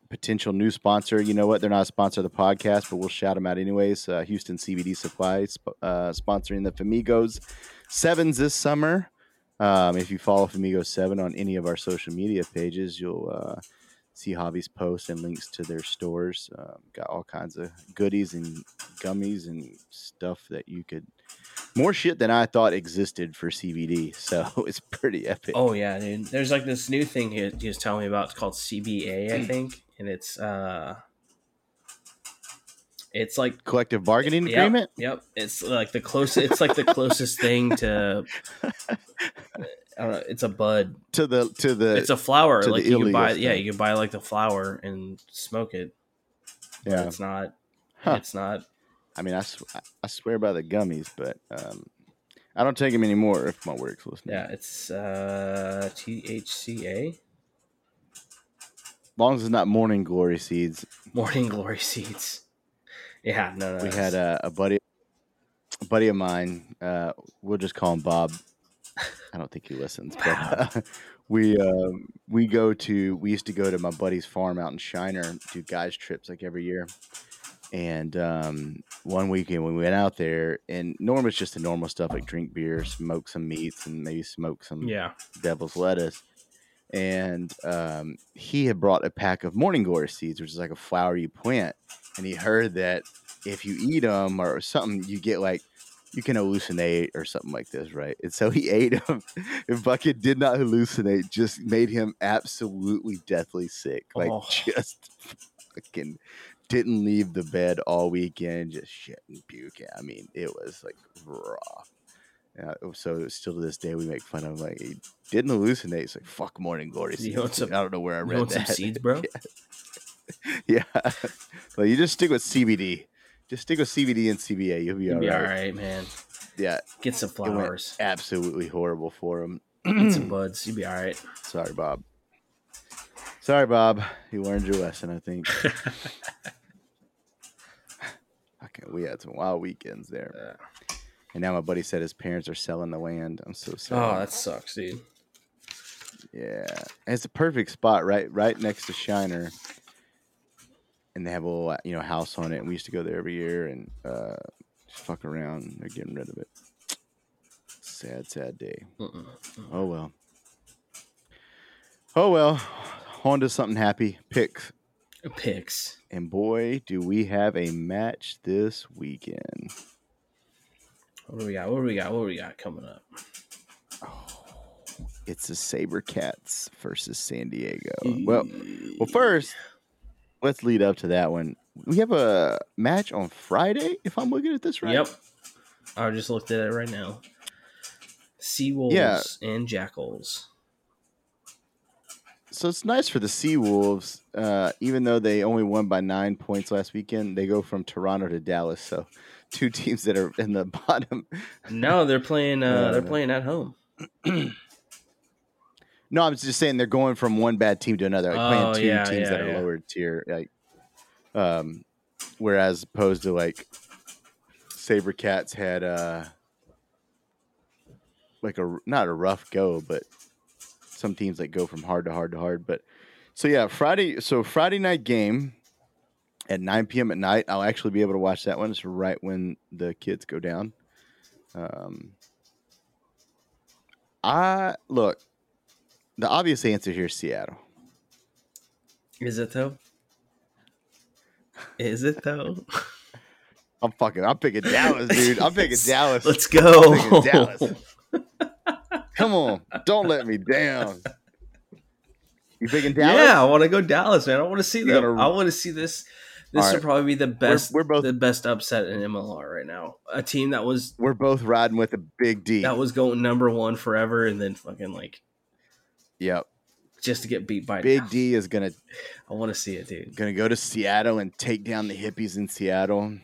potential new sponsor. You know what? They're not a sponsor of the podcast, but we'll shout them out anyways. Uh, Houston CBD Supply sp- uh, sponsoring the Famigos Sevens this summer. Um, if you follow Famigo Seven on any of our social media pages, you'll uh, see Javi's posts and links to their stores. Um, got all kinds of goodies and gummies and stuff that you could. More shit than I thought existed for CBD, so it's pretty epic.
Oh yeah, dude. There's like this new thing he, he was telling me about. It's called CBA, I think, and it's uh, it's like
Collective bargaining
Yep,
agreement.
Yep, It's like the closest. It's like the closest thing to. I don't know. It's a bud.
to the to the
It's a flower.
to the
Like you can
illegal
buy. Yeah,
thing.
you can buy like the flower and smoke it. but
yeah.
It's not.
Huh.
It's not.
I mean, I, sw- I- I swear by the gummies, but um, I don't take them anymore if my work's listening.
Yeah. It's uh THCA.
As long as it's not morning glory seeds.
Morning glory seeds. Yeah. No. no
We
it's-
had um, a, a buddy, a buddy of mine. Uh, we'll just call him Bob. I don't think he listens, but uh, we um, we go to we used to go to my buddy's farm out in Shiner, do guys trips like every year. And um, one weekend when we went out there, and normally it's just the normal stuff like drink beer, smoke some meats, and maybe smoke some
Yeah.
devil's lettuce. And um, he had brought a pack of morning glory seeds, which is like a flower you plant. And he heard that if you eat them or something, you get like, you can hallucinate or something like this, right? And so he ate them. And Bucket did not hallucinate, just made him absolutely deathly sick. Like,
Oh.
just fucking didn't leave the bed all weekend, just shit and puke. I mean, it was like raw. Yeah, so still to this day, we make fun of him. Like, he didn't hallucinate. It's like, fuck morning glory.
You
Seeds.
want some-
Like, I don't know where I
You
read
want some
that.
seeds, bro?
yeah. Well, you just stick with CBD. Just stick with CBD and CBA. You'll be
You'll
all
be
right.
all right, man.
Yeah.
Get some
went-
flowers.
Absolutely horrible for him.
Get some buds. You'll be all right.
Sorry, Bob. Sorry, Bob. You learned your lesson, I think. okay, we had some wild weekends there.
Yeah.
And now my buddy said his parents are selling the land. I'm so sad.
Oh, that sucks, dude.
Yeah, and it's a perfect spot, right? Right next to Shiner, and they have a little, you know, house on it. And we used to go there every year and uh, just fuck around. They're getting rid of it. Sad, sad day.
Mm-mm.
Oh well. Oh well. On to something happy. Picks,
Picks.
and boy, do we have a match this weekend.
What do we got? What do we got? What do we got coming up?
It's the SaberCats versus San Diego. Uh, Well, Well, first, let's lead up to that one. We have a match on Friday, if I'm looking at this right.
Yep. I just looked at it right now. Sea wolves
Yeah.
and jackals.
So it's nice for the Seawolves, uh, even though they only won by nine points last weekend. They go from Toronto to Dallas, so two teams that are in the bottom.
No, they're playing. Uh, they're
Uh,
playing at home.
No, I'm just saying they're going from one bad team to another, like
Oh,
playing two
yeah,
teams
yeah,
that are
yeah.
lower tier. Like, um, Whereas opposed to like Saber Cats had uh like a not a rough go, but some teams like go from hard to hard to hard. But so yeah, Friday so Friday night game at 9 p.m. at night. I'll actually be able to watch that one. It's right when the kids go down. Um, I look. The obvious answer here is Seattle.
Is it though? Is it though?
I'm fucking. I'm picking Dallas, dude. I'm picking Dallas.
Let's go.
I'm picking Dallas. Come on, don't let me down. You picking Dallas?
Yeah, I want to go Dallas, man. I want to see
You
them.
gotta-
I want to see this. This
All
will
right.
probably be the best.
we're both-
the best upset in MLR right now. A team that was
We're both riding with a big D.
that was going number one forever, and then fucking like
yep.
just to get beat by
Big
Dallas.
D is gonna
I want to see it, dude.
gonna go to Seattle and take down the hippies in Seattle.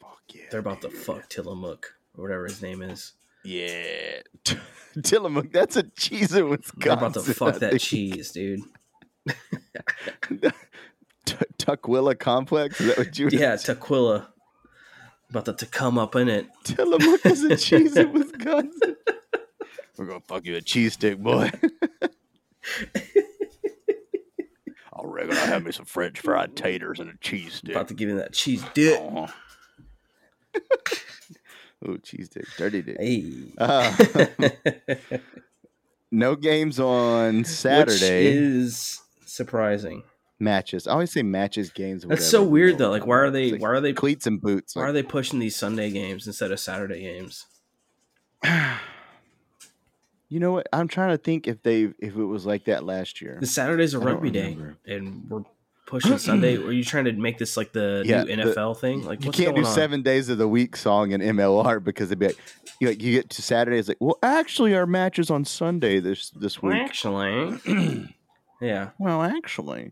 Fuck yeah.
They're about to fuck Tillamook or whatever his name is.
Yeah. Tillamook, that's a cheese in Wisconsin.
They're about to fuck
I
that
think.
cheese, dude.
T- Tuckwilla complex. Is that what you?
Yeah, Tequila. About to, to come up in it.
Tillamook is a cheese in Wisconsin. We're gonna fuck you a cheese stick, boy. I reckon I have me some French fried taters and a cheese stick.
About to give him that cheese dick.
Uh-huh. oh, cheese dick, dirty dick.
Hey.
Uh, no games on Saturday.
Which is surprising.
matches. I always say matches, games.
That's so
whatever, you
weird
know.
though. Like why are they
It's like
why are they
cleats and boots?
why
like-
are they pushing these Sunday games instead of Saturday games?
You know what? I'm trying to think if they if it was like that last year.
The Saturday's a
I don't
rugby day
remember.
and we're pushing Sunday. Are you trying to make this like the
Yeah, the-
new NFL thing? Like
you
what's
can't do
going on?
seven days of the week song in MLR because it'd be like you, like, you get to Saturday, it's like, well, actually, our match is on Sunday this this
Well,
week.
actually. yeah.
Well, actually,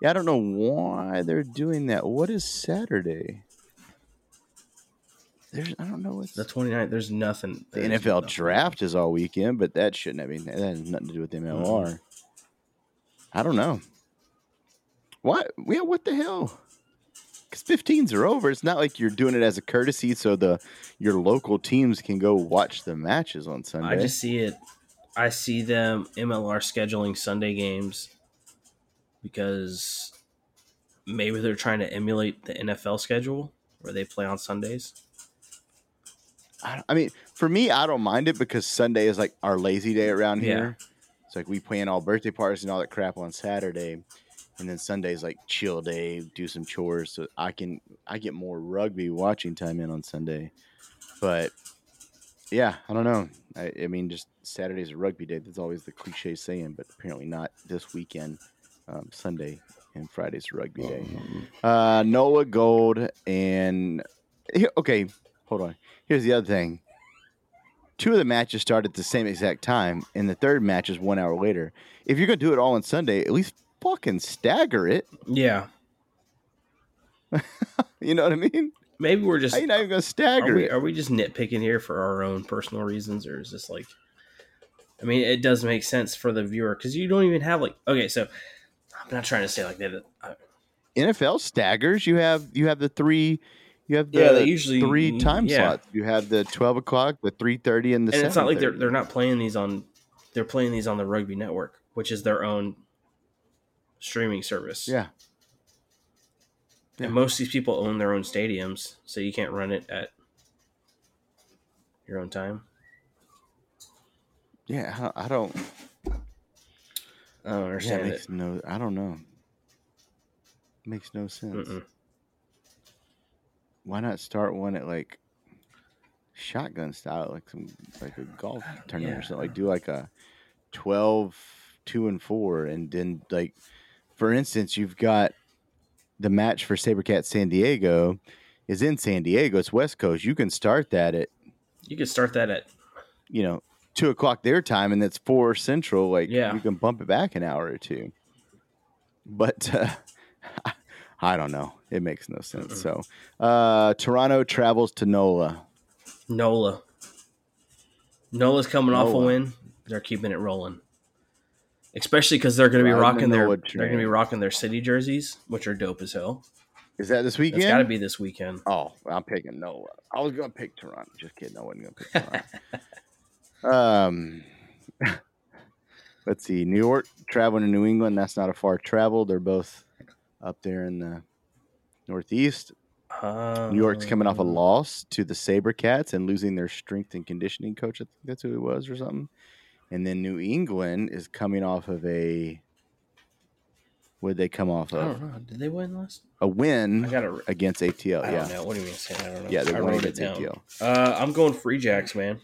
yeah, I don't know why they're doing that. What is Saturday? There's, I don't know what's
The 29th, there's nothing.
the
there's
NFL
nothing.
draft is all weekend, but that shouldn't have been that has nothing to do with MLR. I don't know. What? Yeah, what the hell? Because 15s are over. It's not like you're doing it as a courtesy so the your local teams can go watch the matches on Sunday.
I just see it. I see them MLR scheduling Sunday games because maybe they're trying to emulate the NFL schedule where they play on Sundays.
I, I mean, for me, I don't mind it because Sunday is like our lazy day around
Yeah.
here. It's like we plan all birthday parties and all that crap on Saturday, and then Sunday's like chill day, do some chores. So I can I get more rugby watching time in on Sunday, but yeah, I don't know. I, I mean, just Saturday's a rugby day. That's always the cliche saying, but apparently not this weekend. Um, Sunday and Friday's rugby day. Uh, Noah Gold and here- okay, hold on. Here's the other thing. Two of the matches start at the same exact time, and the third match is one hour later. If you're gonna do it all on Sunday, at least fucking stagger it.
Yeah,
You know what I mean?
maybe we're just
How you not even gonna
are
stagger
we,
it?
are we just nitpicking here for our own personal reasons, or is this like? I mean, it does make sense for the viewer because you don't even have like okay. So I'm not trying to say like that. I-
NFL staggers. You have you have the three, you have the
Yeah, they usually-
three time
yeah.
slots. You have the twelve o'clock, the three thirty, and the.
and it's not like they're
7:30.
they're not playing these on they're playing these on the rugby network which is their own streaming service
Yeah, yeah.
and most of these people own their own stadiums so you can't run it at your own time
yeah. I don't- I don't.
i don't
Yeah, it
understand
makes no. I don't know. Makes no
it
sense.
Mm-mm.
Why not start one at like shotgun style, like some like a golf tournament or
yeah.
something? Like do like a 12, 2 and four, and then like for instance, you've got the match for SaberCat San Diego is in San Diego. It's West Coast. You can start that at
you could start that at
you know two o'clock their time, and that's four central. Like
Yeah.
you can bump it back an hour or two. But uh, I don't know. It makes no sense. So uh, Toronto travels to NOLA.
nola nola's coming off a
NOLA.
win they're keeping it rolling especially because they're going to be
Riding
rocking
the
their
NOLA
they're going to be
train.
rocking their city jerseys which are dope as hell
Is that this
It's got to
weekend?
be this weekend.
oh, I'm picking Noah. I was gonna pick Toronto. Just kidding. I wasn't gonna pick Toronto. um, let's see. New York traveling to New England. That's not a far travel. They're both up there in the Northeast.
Uh,
New York's coming off a loss to the Sabercats and losing their strength and conditioning coach. I think that's who it was or something. And then New England is coming off of a what would they come off
I don't
of?
know. Did they win last?
A
I
win
got to.
against ATL.
I
yeah.
don't know. What do you mean saying? I don't know.
Yeah, they
I
won
wrote it
against
down.
ATL.
Uh, I'm going Free Jacks, man.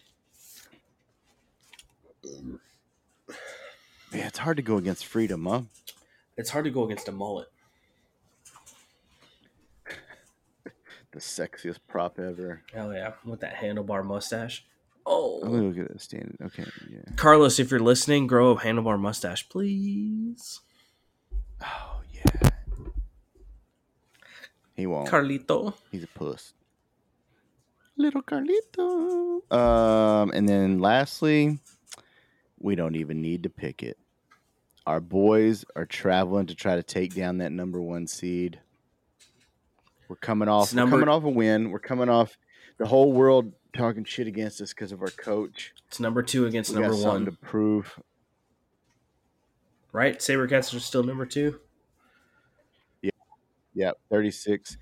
Yeah, it's hard to go against freedom, huh?
It's hard to go against a mullet.
The sexiest prop ever.
Hell yeah, with that handlebar mustache. Oh,
Let me look at it standing. Okay, yeah.
Carlos, if you're listening, grow a handlebar mustache, please.
Oh yeah. He won't.
Carlito.
He's a puss. Little Carlito. Um, and then lastly, we don't even need to pick it. Our boys are traveling to try to take down that number one seed. We're coming off.
It's
We're
number-
coming off a win. We're coming off the whole world talking shit against us because of our coach.
It's number two against
we
number
got
one,
something to prove.
right? Sabercats are still number two.
Yeah, thirty six.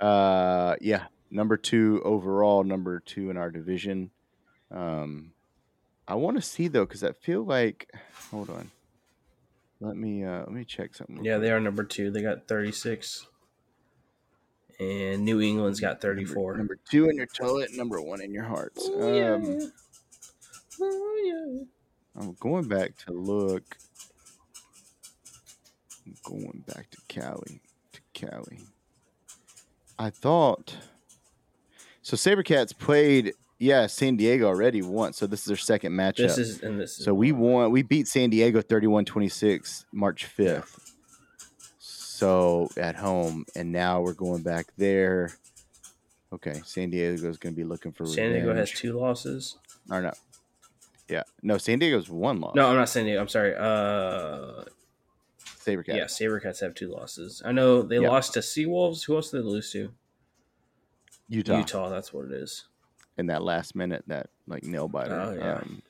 Uh, yeah, number two overall, number two in our division. Um, I want to see though, because I feel like. Hold on. Let me uh, let me check something. real
Yeah,
quick.
they are number two. They got 36. And New England's got 34.
Number, number two in your toilet, number one in your hearts. Um, I'm going back to look. I'm going back to Cali. To Cali. I thought. So Sabercats played, yeah, San Diego already once. So this is their second matchup.
This is and this.
so we won. We beat San Diego 31 26 March 5th. So at home. And now we're going back there. Okay. San Diego's going to be looking for
San Diego has
revenge.
two losses.
Or no. Yeah. No, San Diego's one loss.
No, I'm not San Diego. I'm sorry. Uh,
Sabercats.
yeah, Sabercats have two losses. I know they
Yeah.
lost to Seawolves. Who else did they lose to?
Utah.
Utah. That's what it is.
in that last minute, that like nail biter.
Oh, yeah.
Um,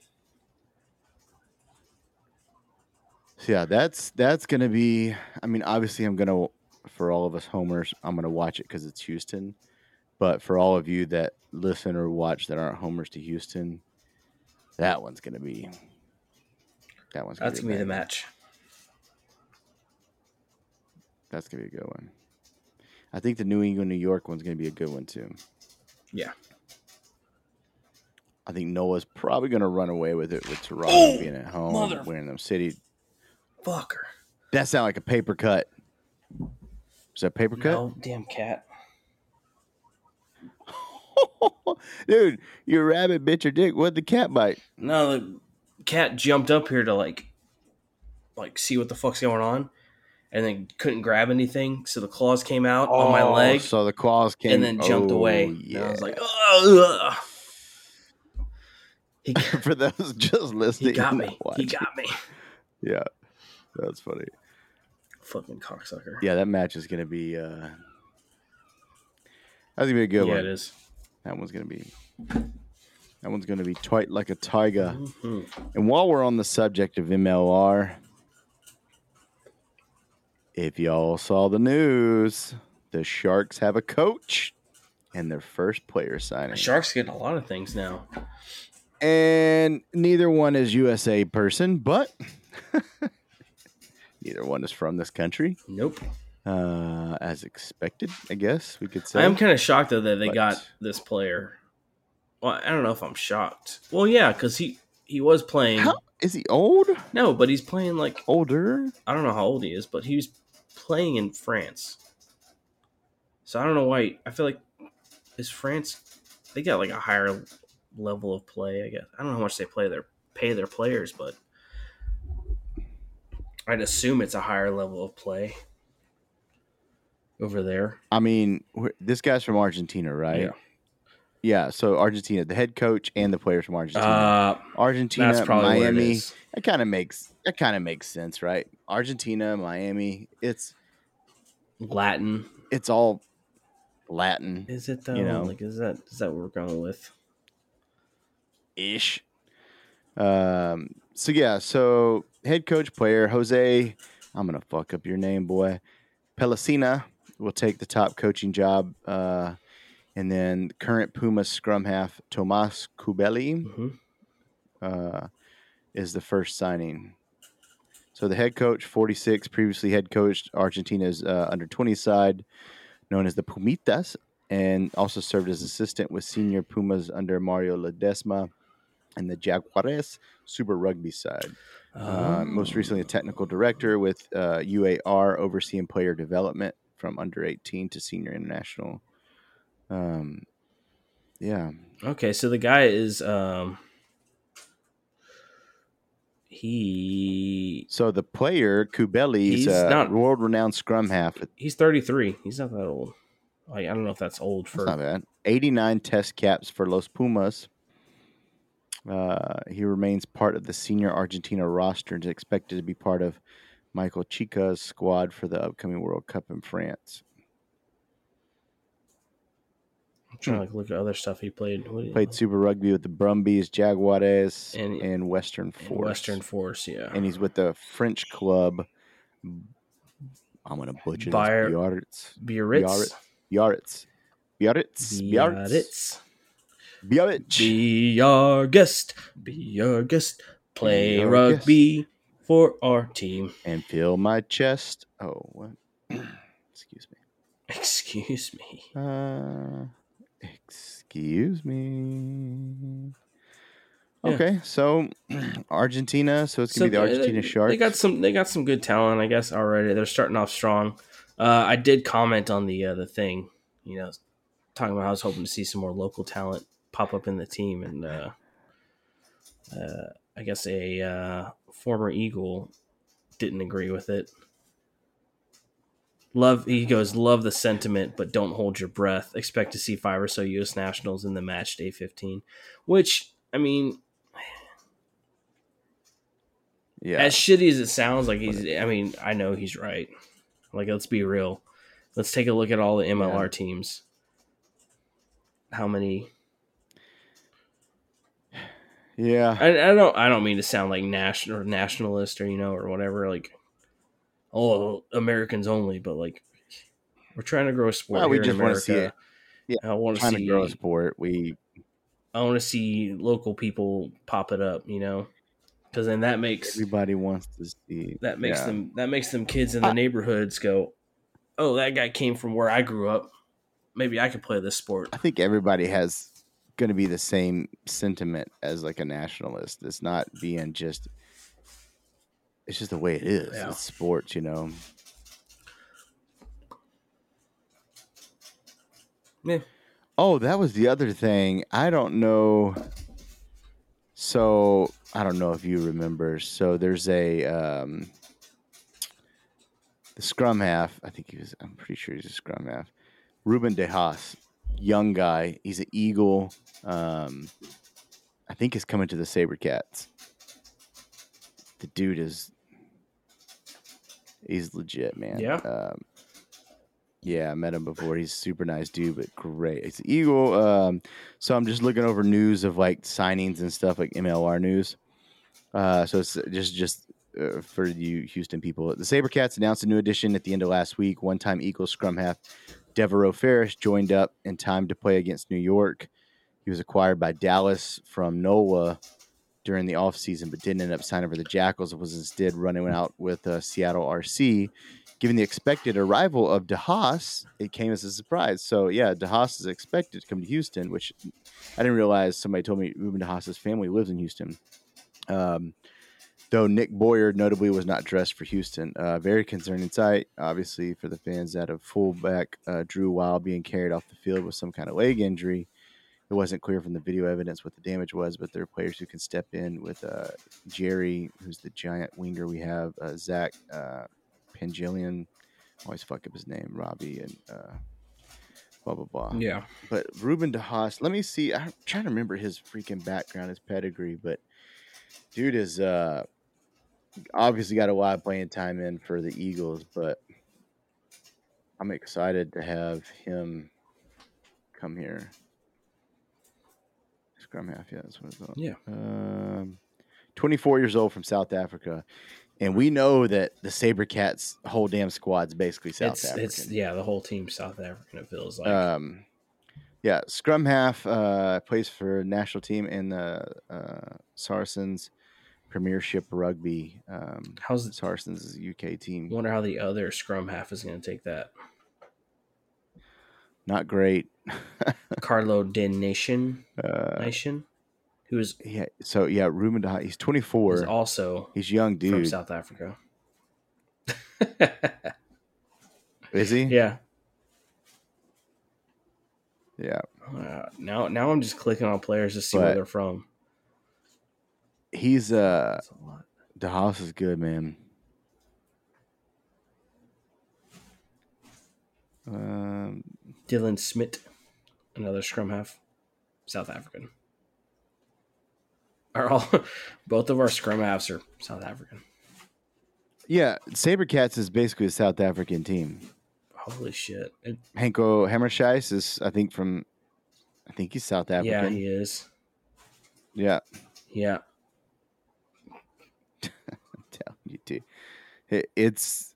so yeah, that's that's gonna be. I mean, obviously, I'm gonna for all of us homers, I'm gonna watch it because it's Houston. But for all of you that listen or watch that aren't homers to Houston, that one's gonna be. That one's gonna
That's
be, a
gonna be the
banger.
match.
That's gonna be a good one. I think the New England New York one's gonna be a good one too.
Yeah.
I think Noah's probably gonna run away with it with Toronto
Oh,
being at home,
mother-
winning them city.
Fucker.
That sound like a paper cut. Is that a paper cut?
No, damn cat.
Dude, your rabbit bit your dick. What the cat bite?
No, the cat jumped up here to like, like see what the fuck's going on, and then couldn't grab anything, so the claws came out on my
Oh,
leg,
So the claws came
and then jumped
oh,
away. Yeah.
Yeah.
I was like, ugh. He,
for those just listening,
he got
and
me.
not
He
watching.
got me.
yeah, that's funny.
Fucking cocksucker.
Yeah, that match is gonna be. uh That's gonna be a good
yeah
one.
it is.
That one's gonna be. That one's gonna be tight like a tiger.
Mhm.
And while we're on the subject of MLR, if y'all saw the news, the Sharks have a coach and their first player signing.
The shark's getting a lot of things now.
And neither one is USA person, but neither one is from this country,
Nope.
uh, as expected, I guess we could say.
I am kind of shocked though that they
But-
got this player. Well, I don't know if I'm shocked. Well, yeah, because he he was playing.
How- is he old?
No, but he's playing like
Older?
I don't know how old he is, but he was playing in France. So I don't know why. I feel like is France they got like a higher level of play. I guess I don't know how much they play their pay their players, but I'd assume it's a higher level of play over there.
I mean, wh- this guy's from Argentina, right?
Yeah.
Yeah, so Argentina, the head coach and the players from Argentina.
Uh,
Argentina,
that's probably Miami.
Miami. That kind of makes that kind of makes sense, right? Argentina, Miami. It's
Latin.
it's all Latin
Is it though?
know.
Like, is that is that what we're going with?
ish. Um, so yeah, so head coach player Jose, I'm gonna fuck up your name, boy. Pellicina will take the top coaching job, uh, and then current Pumas scrum half Tomas Kubeli.
hmm
uh, is the first signing. So the head coach, 46, previously head coached Argentina's uh, under 20 side, known as the Pumitas, and also served as assistant with senior Pumas under Mario Ledesma and the Jaguares Super Rugby side. Uh,
Um, Oh.
most recently, a technical director with uh, UAR overseeing player development from under 18 to senior international. Um, yeah.
Okay, so the guy is um he
So the player Kubeli is
He's
a
not-
world-renowned scrum half. That's
he's 33. He's not that old. Like, I don't know if that's old for
not bad. 89 Test caps for Los Pumas. Uh, he remains part of the senior Argentina roster and is expected to be part of Michael Chica's squad for the upcoming World Cup in France.
I'm trying to like, look at other stuff he played. What-
Played Super Rugby with the Brumbies, Jaguares,
And-
and, Western
and
Force.
Western Force, yeah.
and he's with the French club. I'm gonna butcher
Bayer-
this. Biarritz.
Biarritz.
Biarritz. Biarritz.
Biarritz.
Biarritz. Biarritz.
Be our guest. Be our guest. Play
Be our
rugby for our team.
and feel my chest. Oh, what? excuse me.
Excuse me.
Uh, excuse me.
Yeah.
Okay, so Argentina. So it's gonna be the
So uh,
Argentina
they,
Sharks.
They got some. They got some good talent, I guess. Already, they're starting off strong. Uh, I did comment on the uh, the thing, you know, talking about how I was hoping to see some more local talent pop up in the team, and uh, uh, I guess a uh, former Eagle didn't agree with it. Love he goes. Love the sentiment, but don't hold your breath. Expect to see five or so U.S. nationals in the match day fifteen, which I mean,
yeah,
as shitty as it sounds, like he's. I mean, I know he's right. Like, let's be real. Let's take a look at all the MLR teams. How many?
yeah.
I, I don't. I don't mean to sound like national or nationalist or you know or whatever. Like, oh, Americans only. But like, we're trying to grow a sport.
Well, we
here in
just wanna see
America.
it.
I want to
Trying to
see.
grow a sport. We
I want to see local people pop it up. You know, because then that makes
everybody wants to see.
that makes
yeah.
them that makes them kids in the
I-
neighborhoods go oh that guy came from where i grew up maybe i could play this sport
I think everybody has going to be the same sentiment as like a nationalist. It's not being just. It's just the way it is.
Yeah.
It's sports, you know.
yeah
Oh, that was the other thing. I don't know. So I don't know if you remember. So there's a um, the scrum half. I think he was. I'm pretty sure he's a scrum half. Ruben DeHaas, young guy. He's an eagle. Um, I think he's coming to the SaberCats. The dude is. He's legit, man.
Yeah.
Um, yeah, I met him before. He's a super nice dude, but great. It's Eagle. Um, so I'm just looking over news of like signings and stuff, like MLR news. Uh, so it's just just uh, for you Houston people. The SaberCats announced a new addition at the end of last week. One-time Eagles scrum half Devereaux Ferris joined up in time to play against New York. He was acquired by Dallas from NOLA during the offseason, but didn't end up signing for the Jackals. Was instead running out with uh, Seattle RC. Given the expected arrival of DeHaas, it came as a surprise. So yeah, DeHaas is expected to come to Houston, which I didn't realize. Somebody told me Ruben DeHaas's family lives in Houston. Um, though Nick Boyer notably was not dressed for Houston. Uh, very concerning sight, obviously, for the fans that have fullback uh, Drew Wild being carried off the field with some kind of leg injury. It wasn't clear from the video evidence what the damage was, but there are players who can step in with uh, Jerry, who's the giant winger we have, uh, Zach uh, Pangilian, I always fuck up his name, Robbie, and uh, blah, blah, blah
yeah
but Ruben DeHaas, let me see. I'm trying to remember his freaking background, his pedigree, but dude is uh obviously got a lot of playing time in for the Eagles, but I'm excited to have him Come here. Scrum half, yeah, that's what it's called.
Yeah.
Um, 24 years old from South Africa. And we know that the Saber Cats whole damn squad's basically South
it's
African.
it's yeah, the whole team South African. It feels like
um, yeah, scrum half uh, plays for national team in the uh, Saracens Premiership Rugby. Um,
how's the,
Saracens is a UK team.
wonder how the other scrum half is going to take that.
Not great.
Carlo Den Nation
Uh,
Nation, who is,
yeah. So yeah, Ruben Daha. He's
is
24.
also
he's young
from
dude.
South Africa.
Is he?
yeah.
Yeah.
Uh, now now I'm just clicking on players to see
But-
where they're from.
He's uh,
That's a lot.
Dahaus is good, man. Um,
Dylan Smith, another scrum half, South African. Are all both of our scrum halves are South African?
yeah, Sabercats is basically a South African team.
Holy shit! It,
Hanko Hammerscheis is, I think, from, I think he's South
yeah,
African.
he is.
yeah.
Yeah,
I'm telling you, dude. It, it's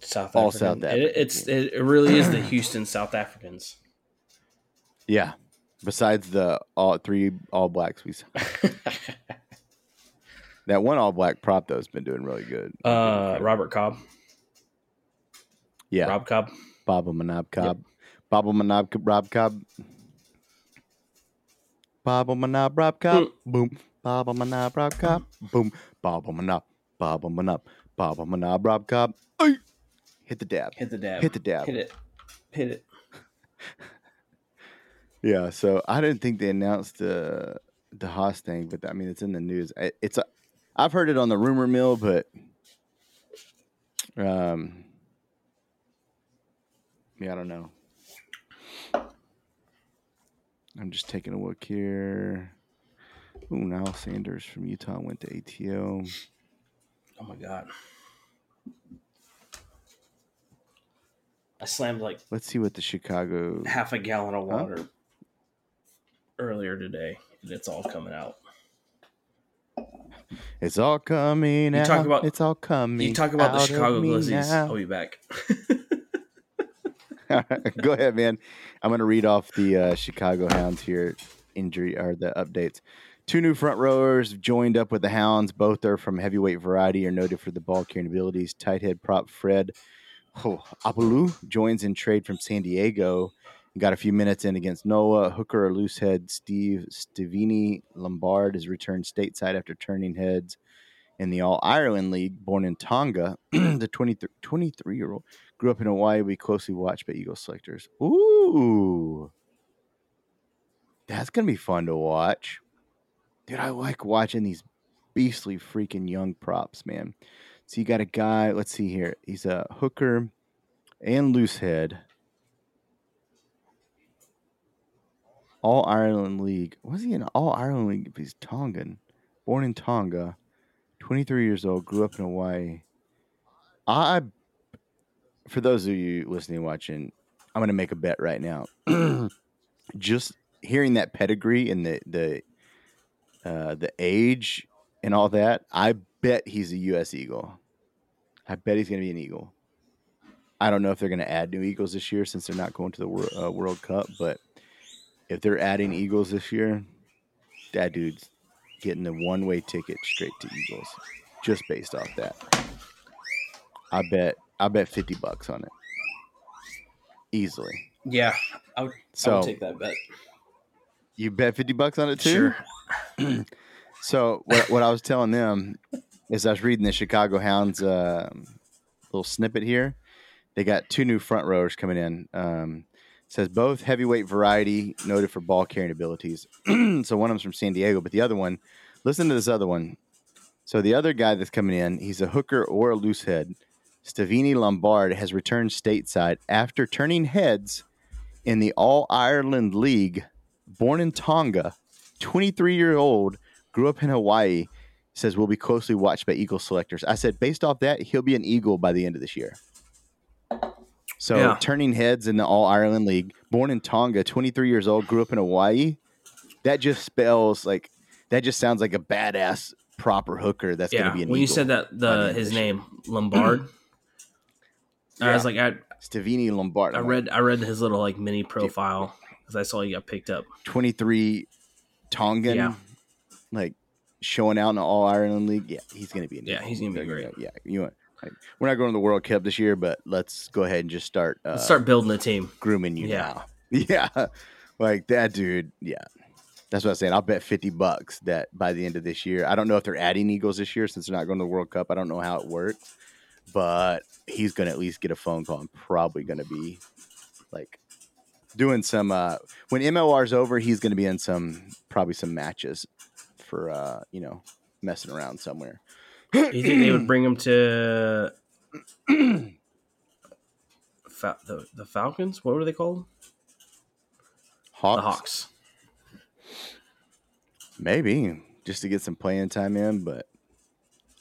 South
All
African.
South
It, it's it, it really is the Houston South Africans.
yeah. Besides the all three All Blacks, we saw. that one All Black prop though has been doing really good.
uh, Robert Cobb,
yeah,
Rob Cobb.
Baba Manab Cobb, Baba Manab Cobb- Rob Cobb, Baba Manab Rob Cobb,
Hmm.
boom, Baba Manab Rob Cobb, boom, Baba Manab, Baba Manab, Baba Manab Rob Cobb, Ay! hit the dab.
Hit the dab.
Hit the dab.
Hit it. Hit it.
Yeah, so I didn't think they announced the the Haas thing, but I mean it's in the news. I- It's a, I've heard it on the rumor mill, but um, yeah, I don't know. I'm just taking a look here. Ooh, Niall Sanders from Utah went to ATO.
Oh my god. I slammed like
Let's see what the Chicago.
half a gallon of
Huh?
water earlier today, and it's all coming out.
It's all coming
You
out.
talk about-
it's all coming.
You talk about the
out of
Chicago
me
Glizzies. Oh,
now.
I'll be back.
Go ahead, man. I'm going to read off the uh, Chicago Hounds here injury or the updates. Two new front rowers have joined up with the Hounds. Both are from heavyweight variety, are noted for the ball carrying abilities. Tight head prop Fred oh, Apulu joins in trade from San Diego. Got a few minutes in against Noah. Hooker or loose head Steve Stevini Lombard has returned stateside after turning heads in the All Ireland League. Born in Tonga, the 23 year old grew up in Hawaii. We closely watched by Eagle selectors. Ooh, that's gonna be fun to watch, dude. I like watching these beastly freaking young props, man. So you got a guy. Let's see here. He's a hooker and loose head. All Ireland League. Was he in All Ireland League? If he's Tongan, born in Tonga, 23 years old, grew up in Hawaii. I for those of you listening, watching, I'm going to make a bet right now. Just hearing that pedigree and the the uh, the age and all that, I bet he's a U.S. Eagle. I bet he's going to be an Eagle. I don't know if they're going to add new Eagles this year since they're not going to the Wor- uh, World Cup, but if they're adding Eagles this year, that dude's getting the one way ticket straight to Eagles just based off that. I bet I bet fifty bucks on it. Easily.
yeah, I would, I
So
would take that bet.
you bet fifty bucks on it too?
Sure.
So what what I was telling them is I was reading the Chicago Hounds um little snippet here. They got two new front rowers coming in. Um, says both heavyweight variety noted for ball carrying abilities. so one of them's from San Diego, but the other one, listen to this other one. So the other guy that's coming in, he's a hooker or a loose head. Stavini Lombard has returned stateside after turning heads in the All Ireland League. Born in Tonga, 23 year old, grew up in Hawaii. Says will be closely watched by Eagle selectors. I said, based off that, he'll be an Eagle by the end of this year. So
Yeah.
turning heads in the All Ireland League. Born in Tonga, 23 years old, grew up in Hawaii. That just spells like that. Just sounds like a badass proper hooker. That's
yeah.
gonna be an
When you
eagle.
said that,
by
the
the
his
ambition.
name Lombard, I was like, I
Stevini Lombard.
I
I'm like,
read I read his little like mini profile because I saw he got picked up.
23 Tongan,
Yeah.
like showing out in the All Ireland League. Yeah, he's gonna be. An
Yeah,
eagle.
he's gonna be
They're
great.
yeah, you want. Like, we're not going to the World Cup this year, but let's go ahead and just start. Uh,
Let's start building a team.
grooming you
Yeah.
now. Yeah. Like that dude. Yeah. That's what I'm saying. I'll bet 50 bucks that by the end of this year, I don't know if they're adding Eagles this year since they're not going to the World Cup. I don't know how it works, but he's going to at least get a phone call. I'm probably going to be like doing some, uh, when MLR's over, he's going to be in some, probably some matches for, uh, you know, messing around somewhere.
Do you think they would bring him to Fa- the the Falcons? What were they called?
Hawks,
The Hawks.
Maybe just to get some playing time in, but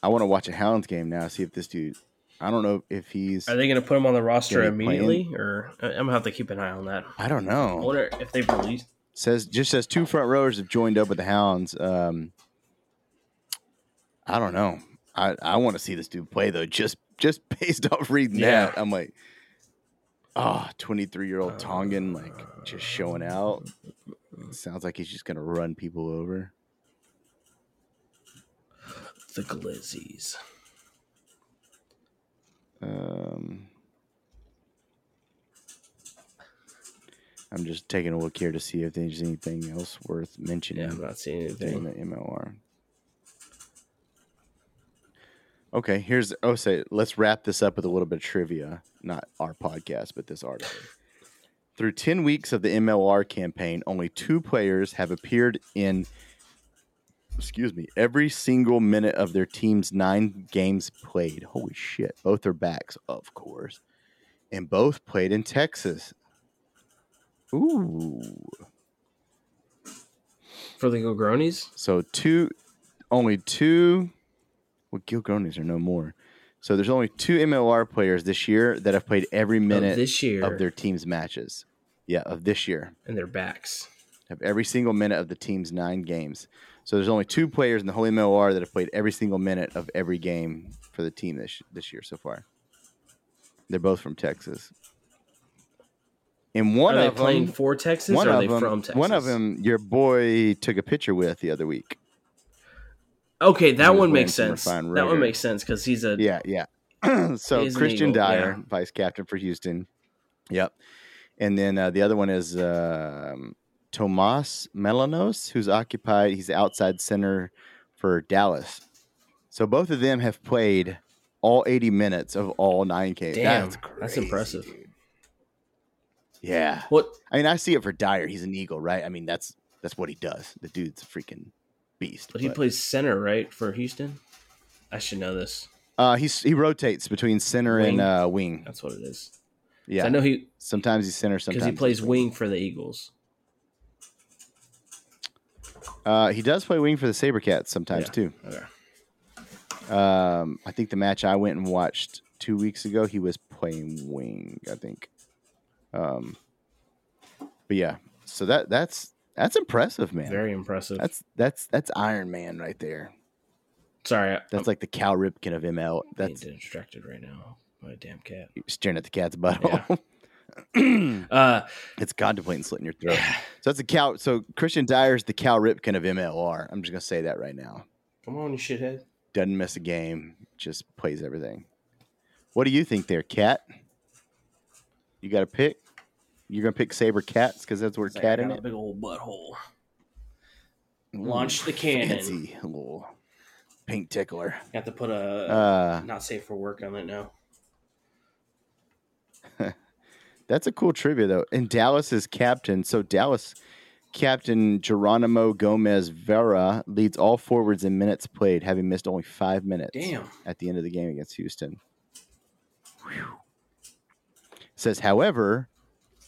I want to watch a Hounds game now. See if this dude. I don't know if he's.
Are they going to put him on the roster
Yeah, they play him.
immediately, or I- I'm gonna have to keep an eye on that.
I don't
I
know.
wonder if they've released.
Says just says two front rowers have joined up with the Hounds. Um, I don't know. I I want to see this dude play though. Just just based off reading
Yeah.
that, I'm like, oh, 23 year old Tongan like just showing out. Sounds like he's just gonna run people over.
the Glizzies.
Um, I'm just taking a look here to see if there's anything else worth
Yeah, I'm
mentioning
not seeing
during
anything.
the MLR. Okay, here's oh say let's wrap this up with a little bit of trivia, not our podcast, but this article. Through 10 weeks of the MLR campaign, only two players have appeared in excuse me, every single minute of their team's 9 games played. Holy shit, both are backs, of course. And both played in Texas. Ooh.
For the Gogronies?
So two, only two. Well, Gil Gronis are no more. So there's only two MLR players this year that have played every minute
of this year
of their team's matches. Yeah, of this year,
and their backs.
of every single minute of the team's nine games. So there's only two players in the whole MLR that have played every single minute of every game for the team this this year so far. They're both from Texas. And one
are they
of
playing
them,
for Texas
one
or are
of
they
them,
from Texas?
one of them, your boy took a picture with the other week.
Okay,
He
that
was
one
wearing
makes
some
sense. That
refined
one
rigor.
makes sense because he's a
Yeah, yeah. so
He's an
Christian
Eagle,
Dyer,
yeah.
vice captain for Houston. Yep. And then uh, the other one is um Tomas Melanos, who's occupied. He's the outside center for Dallas. So both of them have played all 80 minutes of all nine games.
damn.
that's,
That's,
crazy,
impressive.
dude. Yeah.
What
I mean, I see it for Dyer. He's an Eagle, right? I mean, that's that's what he does. The dude's a freaking beast.
but he
but-
plays center, right, for Houston? I should know this.
Uh, he's, he rotates between center and
Wing.
uh, wing.
That's what it is. 'Cause
Yeah,
I know he
Sometimes he's center. Sometimes
because he plays
he's
wing for the Eagles.
Uh, he does play wing for the SaberCats sometimes
Yeah.
too.
Okay.
Um, I think the match I went and watched two weeks ago, he was playing wing. I think. Um, but yeah, so that that's that's impressive, man.
Very impressive.
That's that's that's Iron Man right there.
Sorry,
That's like the Cal Ripken of ML.
I'm being
That's
distracted right now by a damn cat.
staring at the cat's butthole.
Yeah. Uh,
it's contemplating slitting your throat. So that's a Cal. So Christian Dyer's the Cal Ripken of MLR. I'm just gonna say that right now.
come on, you shithead.
doesn't miss a game, just plays everything. What do you think there, Cat? You got to pick. You're gonna pick Saber Cats because that's where cat in
Got a
it.
Big old butthole.
Ooh,
Launch the cannon.
Fancy little pink tickler.
Got to put a
Uh,
not safe for work on it now.
that's a cool trivia though. And Dallas is captain, so Dallas captain Geronimo Gomez Vera leads all forwards in minutes played, having missed only five minutes.
Damn.
at the end of the game against Houston. Whew. Says, however,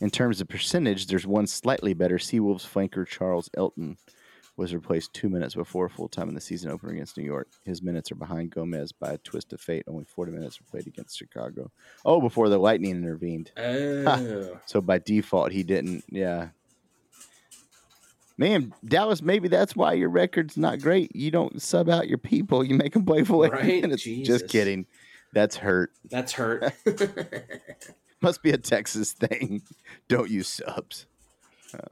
in terms of percentage, there's one slightly better Seawolves flanker Charles Elton, was replaced two minutes before full time in the season opener against New York. His minutes are behind Gomez by a twist of fate. Only 40 minutes were played against Chicago. Oh, before the Lightning intervened.
Oh.
So by default, he didn't. Yeah. Man, Dallas, maybe that's why your record's not great. You don't sub out your people. You make them play full 80
Right?
minutes.
Jesus.
Just kidding. That's hurt.
That's hurt.
Must be a Texas thing. Don't use subs. Uh, that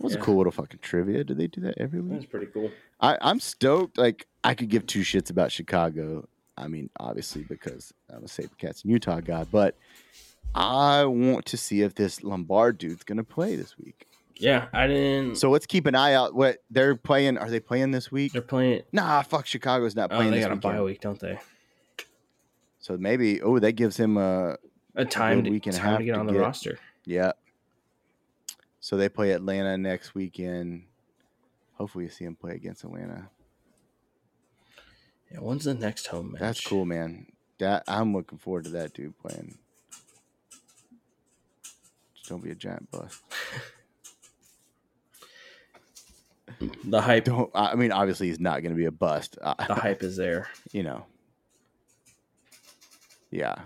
was
Yeah.
a cool little fucking trivia. Do they do that every week?
That's pretty cool.
I, I'm stoked. Like I could give two shits about Chicago. I mean, obviously because I'm a Sabercats and Utah guy, but I want to see if this Lombard dude's gonna play this week.
Yeah, I didn't.
So let's keep an eye out. What they're playing? Are they playing this week?
they're playing.
Nah, fuck. Chicago's not
Oh,
playing
they
this
got a bye
weekend.
week, don't they?
So maybe. Oh, that gives him a
A time to,
week and a
time
half
to get
to
on the
get-
roster.
yeah. So they play Atlanta next weekend. Hopefully, you see him play against Atlanta.
Yeah, when's the next home match?
That's cool, man. That I'm looking forward to that dude playing. Just don't be a giant bust.
The hype.
Don't. I I mean, obviously, he's not going to be a bust.
The
I,
hype is there.
you know. Yeah,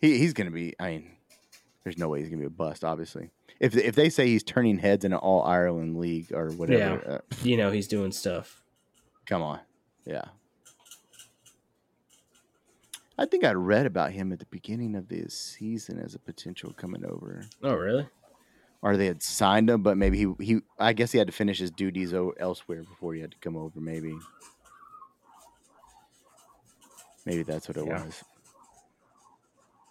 he he's going to be. I mean, there's no way he's going to be a bust. Obviously, if if they say he's turning heads in an All Ireland league or whatever, uh,
You know, he's doing stuff.
Come on. Yeah. I think I read about him at the beginning of the season as a potential coming over.
Oh, really?
Or they had signed him, but maybe he, he I guess he had to finish his duties o- elsewhere before he had to come over, maybe. Maybe that's what it
Yeah.
was.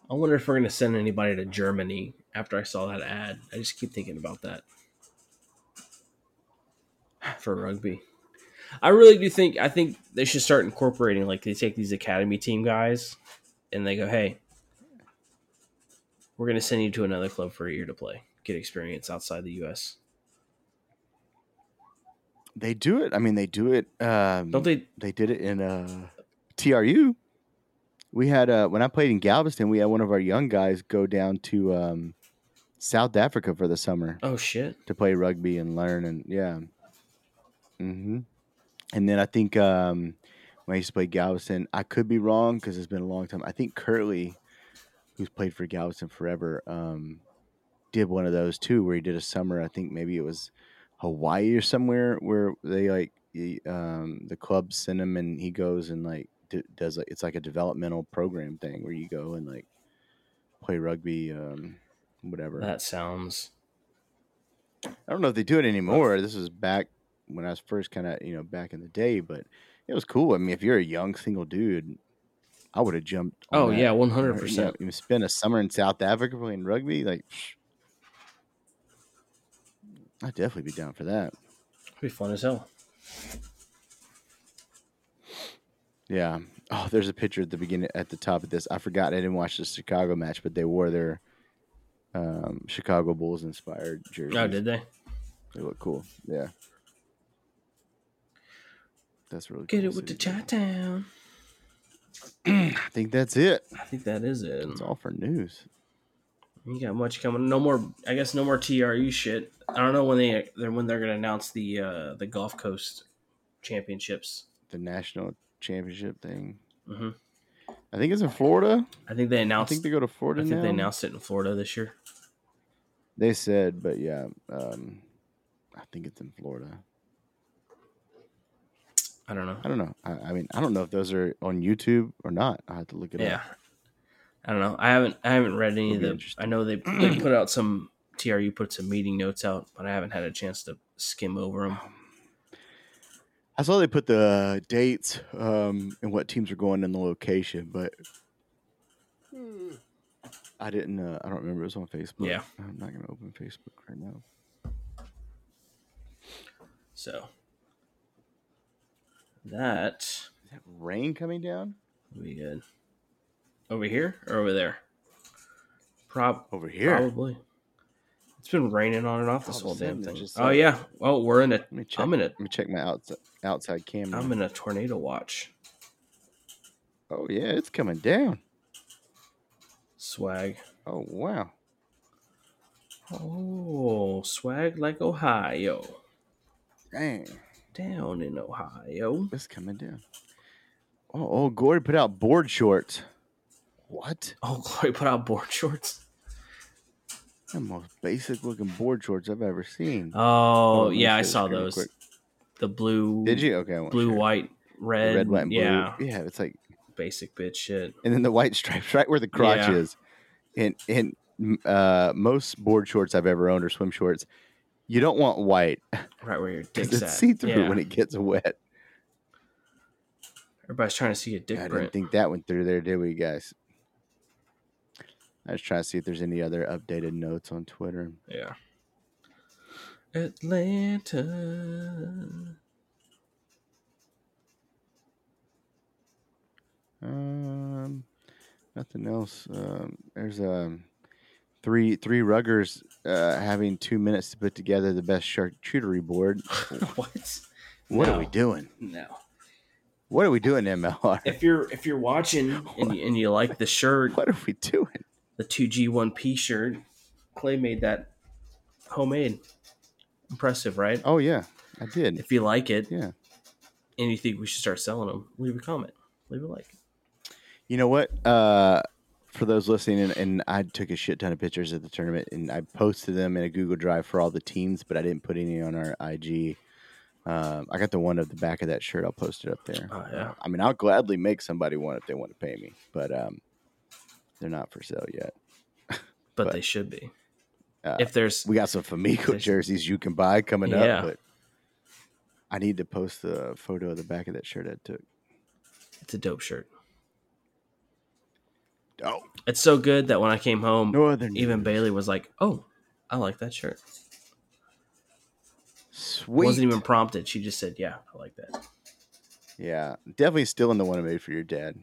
I wonder if we're going to send anybody to Germany after I saw that ad. I just keep thinking about that for rugby. I really do think I think they should start incorporating like they take these academy team guys and they go, "Hey, we're going to send you to another club for a year to play, get experience outside the US."
They do it. I mean, they do it. Um,
Don't they
they did it in uh, TRU. We had uh, when I played in Galveston, we had one of our young guys go down to um, South Africa for the summer
Oh shit.
to play rugby and learn and yeah. hmm And then I think um, when I used to play Galveston, I could be wrong because it's been a long time. I think Curley, who's played for Galveston forever, um, did one of those too, where he did a summer. I think maybe it was Hawaii or somewhere where they like he, um, the club sent him and he goes and like d- does like it's like a developmental program thing where you go and like play rugby, um, whatever.
That sounds
I don't know if they do it anymore. This was back when I was first kind of, you know, back in the day, but it was cool. I mean, if you're a young single dude, I would have jumped. on
Oh
that.
yeah,
You know,
100%.
You spend a summer in South Africa playing rugby, like, psh. I'd definitely be down for that.
It'd be fun as hell.
Yeah. Oh, there's a picture at the beginning, at the top of this. I forgot I didn't watch the Chicago match, but they wore their um, Chicago Bulls inspired jerseys.
Oh, did they?
They look cool. Yeah. That's really
Get
cool
it
to
with the
see.
chat town.
I think that's it.
I think that is it.
That's all for news.
You got much coming. No more. I guess no more TRU shit. I don't know when they they're when they're gonna announce the uh, the Gulf Coast Championships.
The national championship thing.
Mhm.
I think it's in Florida.
I think they
I
announced.
think they go to Florida now.
they announced it in Florida this year.
They said, but yeah, um, I think it's in Florida.
I don't know.
I don't know. I, I mean, I don't know if those are on YouTube or not. I have to look it
Yeah,
up.
I don't know. I haven't I haven't read any of
It'll be
the.
interesting.
I know they, they put out some TRU put some meeting notes out, but I haven't had a chance to skim over them.
I saw they put the uh, dates um, and what teams are going in the location, but I didn't. Uh, I don't remember. It was on Facebook.
Yeah.
I'm not going to open Facebook right now.
So that
Is that rain coming down
would be good. Over here or over there? Prob
over here?
Probably. It's been raining on and off this
All of a
whole damn
sudden,
thing.
it's just
oh
like-
yeah. Oh, we're in a.
Let me check. Mm.
I'm in a.
Let me check my outside outside camera.
I'm in a tornado watch.
oh yeah, it's coming down.
Swag.
Oh wow.
Oh, swag like Ohio.
Dang,
down in Ohio.
this coming down. Oh, oh, Gord put out board shorts. What?
Oh, Glory put out board shorts.
The most basic looking board shorts I've ever seen.
Oh,
let me
yeah, I
share the
saw
screen real
those.
quick.
The blue,
Did you? Okay, I won't
blue,
share.
white,
The
red,
red, white, and blue.
yeah,
yeah. It's like,
basic bitch shit.
and then the white stripes right where the crotch
Yeah.
is. And and m- uh, most board shorts I've ever owned are swim shorts. You don't want white
Right where your
because
dick's at.
it's see through
yeah.
when it gets wet.
Everybody's trying to see a dick
I
print.
didn't think that went through there, did we, guys? I was trying to see if there's any other updated notes on Twitter.
yeah. Atlanta.
Um, nothing else. Um, there's um, three three ruggers uh, having two minutes to put together the best charcuterie board.
what?
What are we
No.
doing?
No.
What are we doing, MLR?
If you're if you're watching and you, and you like the shirt,
What are we doing?
the two G one P shirt, Clay made that homemade. Impressive, right?
Oh yeah, I did.
If you like it
Yeah.
and you think we should start selling them, leave a comment, leave a like.
You know what? Uh, for those listening, and, and I took a shit ton of pictures at the tournament, and I posted them in a Google Drive for all the teams, but I didn't put any on our IG. Um, I got the one of the back of that shirt. I'll post it up there.
Oh yeah.
I mean, I'll gladly make somebody one if they want to pay me, but um, they're not for sale yet.
but,
But-
they should be.
Uh,
if there's
We got some Famico
There's-
jerseys you can buy coming
Yeah.
up, but I need to post the photo of the back of that shirt uh, I took.
it's a dope shirt.
Oh,
It's so good that when I came home,
no other
even
news.
Bailey was like, "Oh, I like that shirt."
Sweet.
Wasn't even prompted. She just said, "Yeah, I like that."
Yeah, definitely still in the one I made for your dad.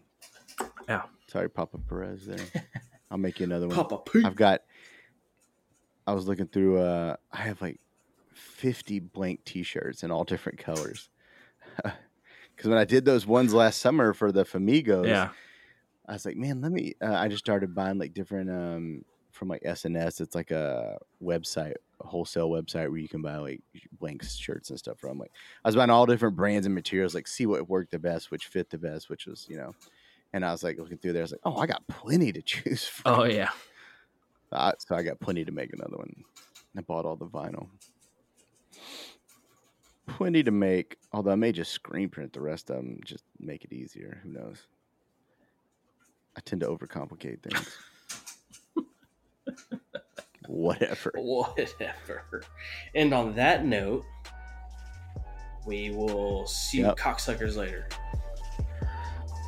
Yeah.
Sorry, Papa Perez. There, I'll make you another one.
Pooh.
I've got. I was looking through. Uh, I have like fifty blank T-shirts in all different colors. Because when I did those ones last summer for the Famigos,
Yeah,
I was like, man, let me. Uh, I just started buying like different um from like SNS. It's like a website, a wholesale website where you can buy like blank shirts and stuff from. Like I was buying all different brands and materials, like see what worked the best, which fit the best, which was you know. And I was like looking through there. I was like, oh, I got plenty to choose from.
Oh yeah.
Uh, so I got plenty to make another one. I bought all the vinyl. Plenty to make, although I may just screen print the rest of them, just make it easier. Who knows? I tend to overcomplicate things. Whatever.
Whatever. And on that note, we will see
Yep.
cocksuckers later.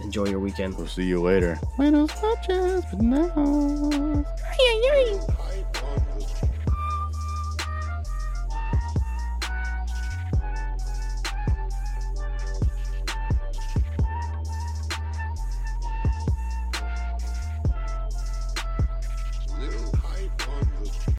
Enjoy your weekend.
We'll see you later. Buenos noches, but now.
Little hype on the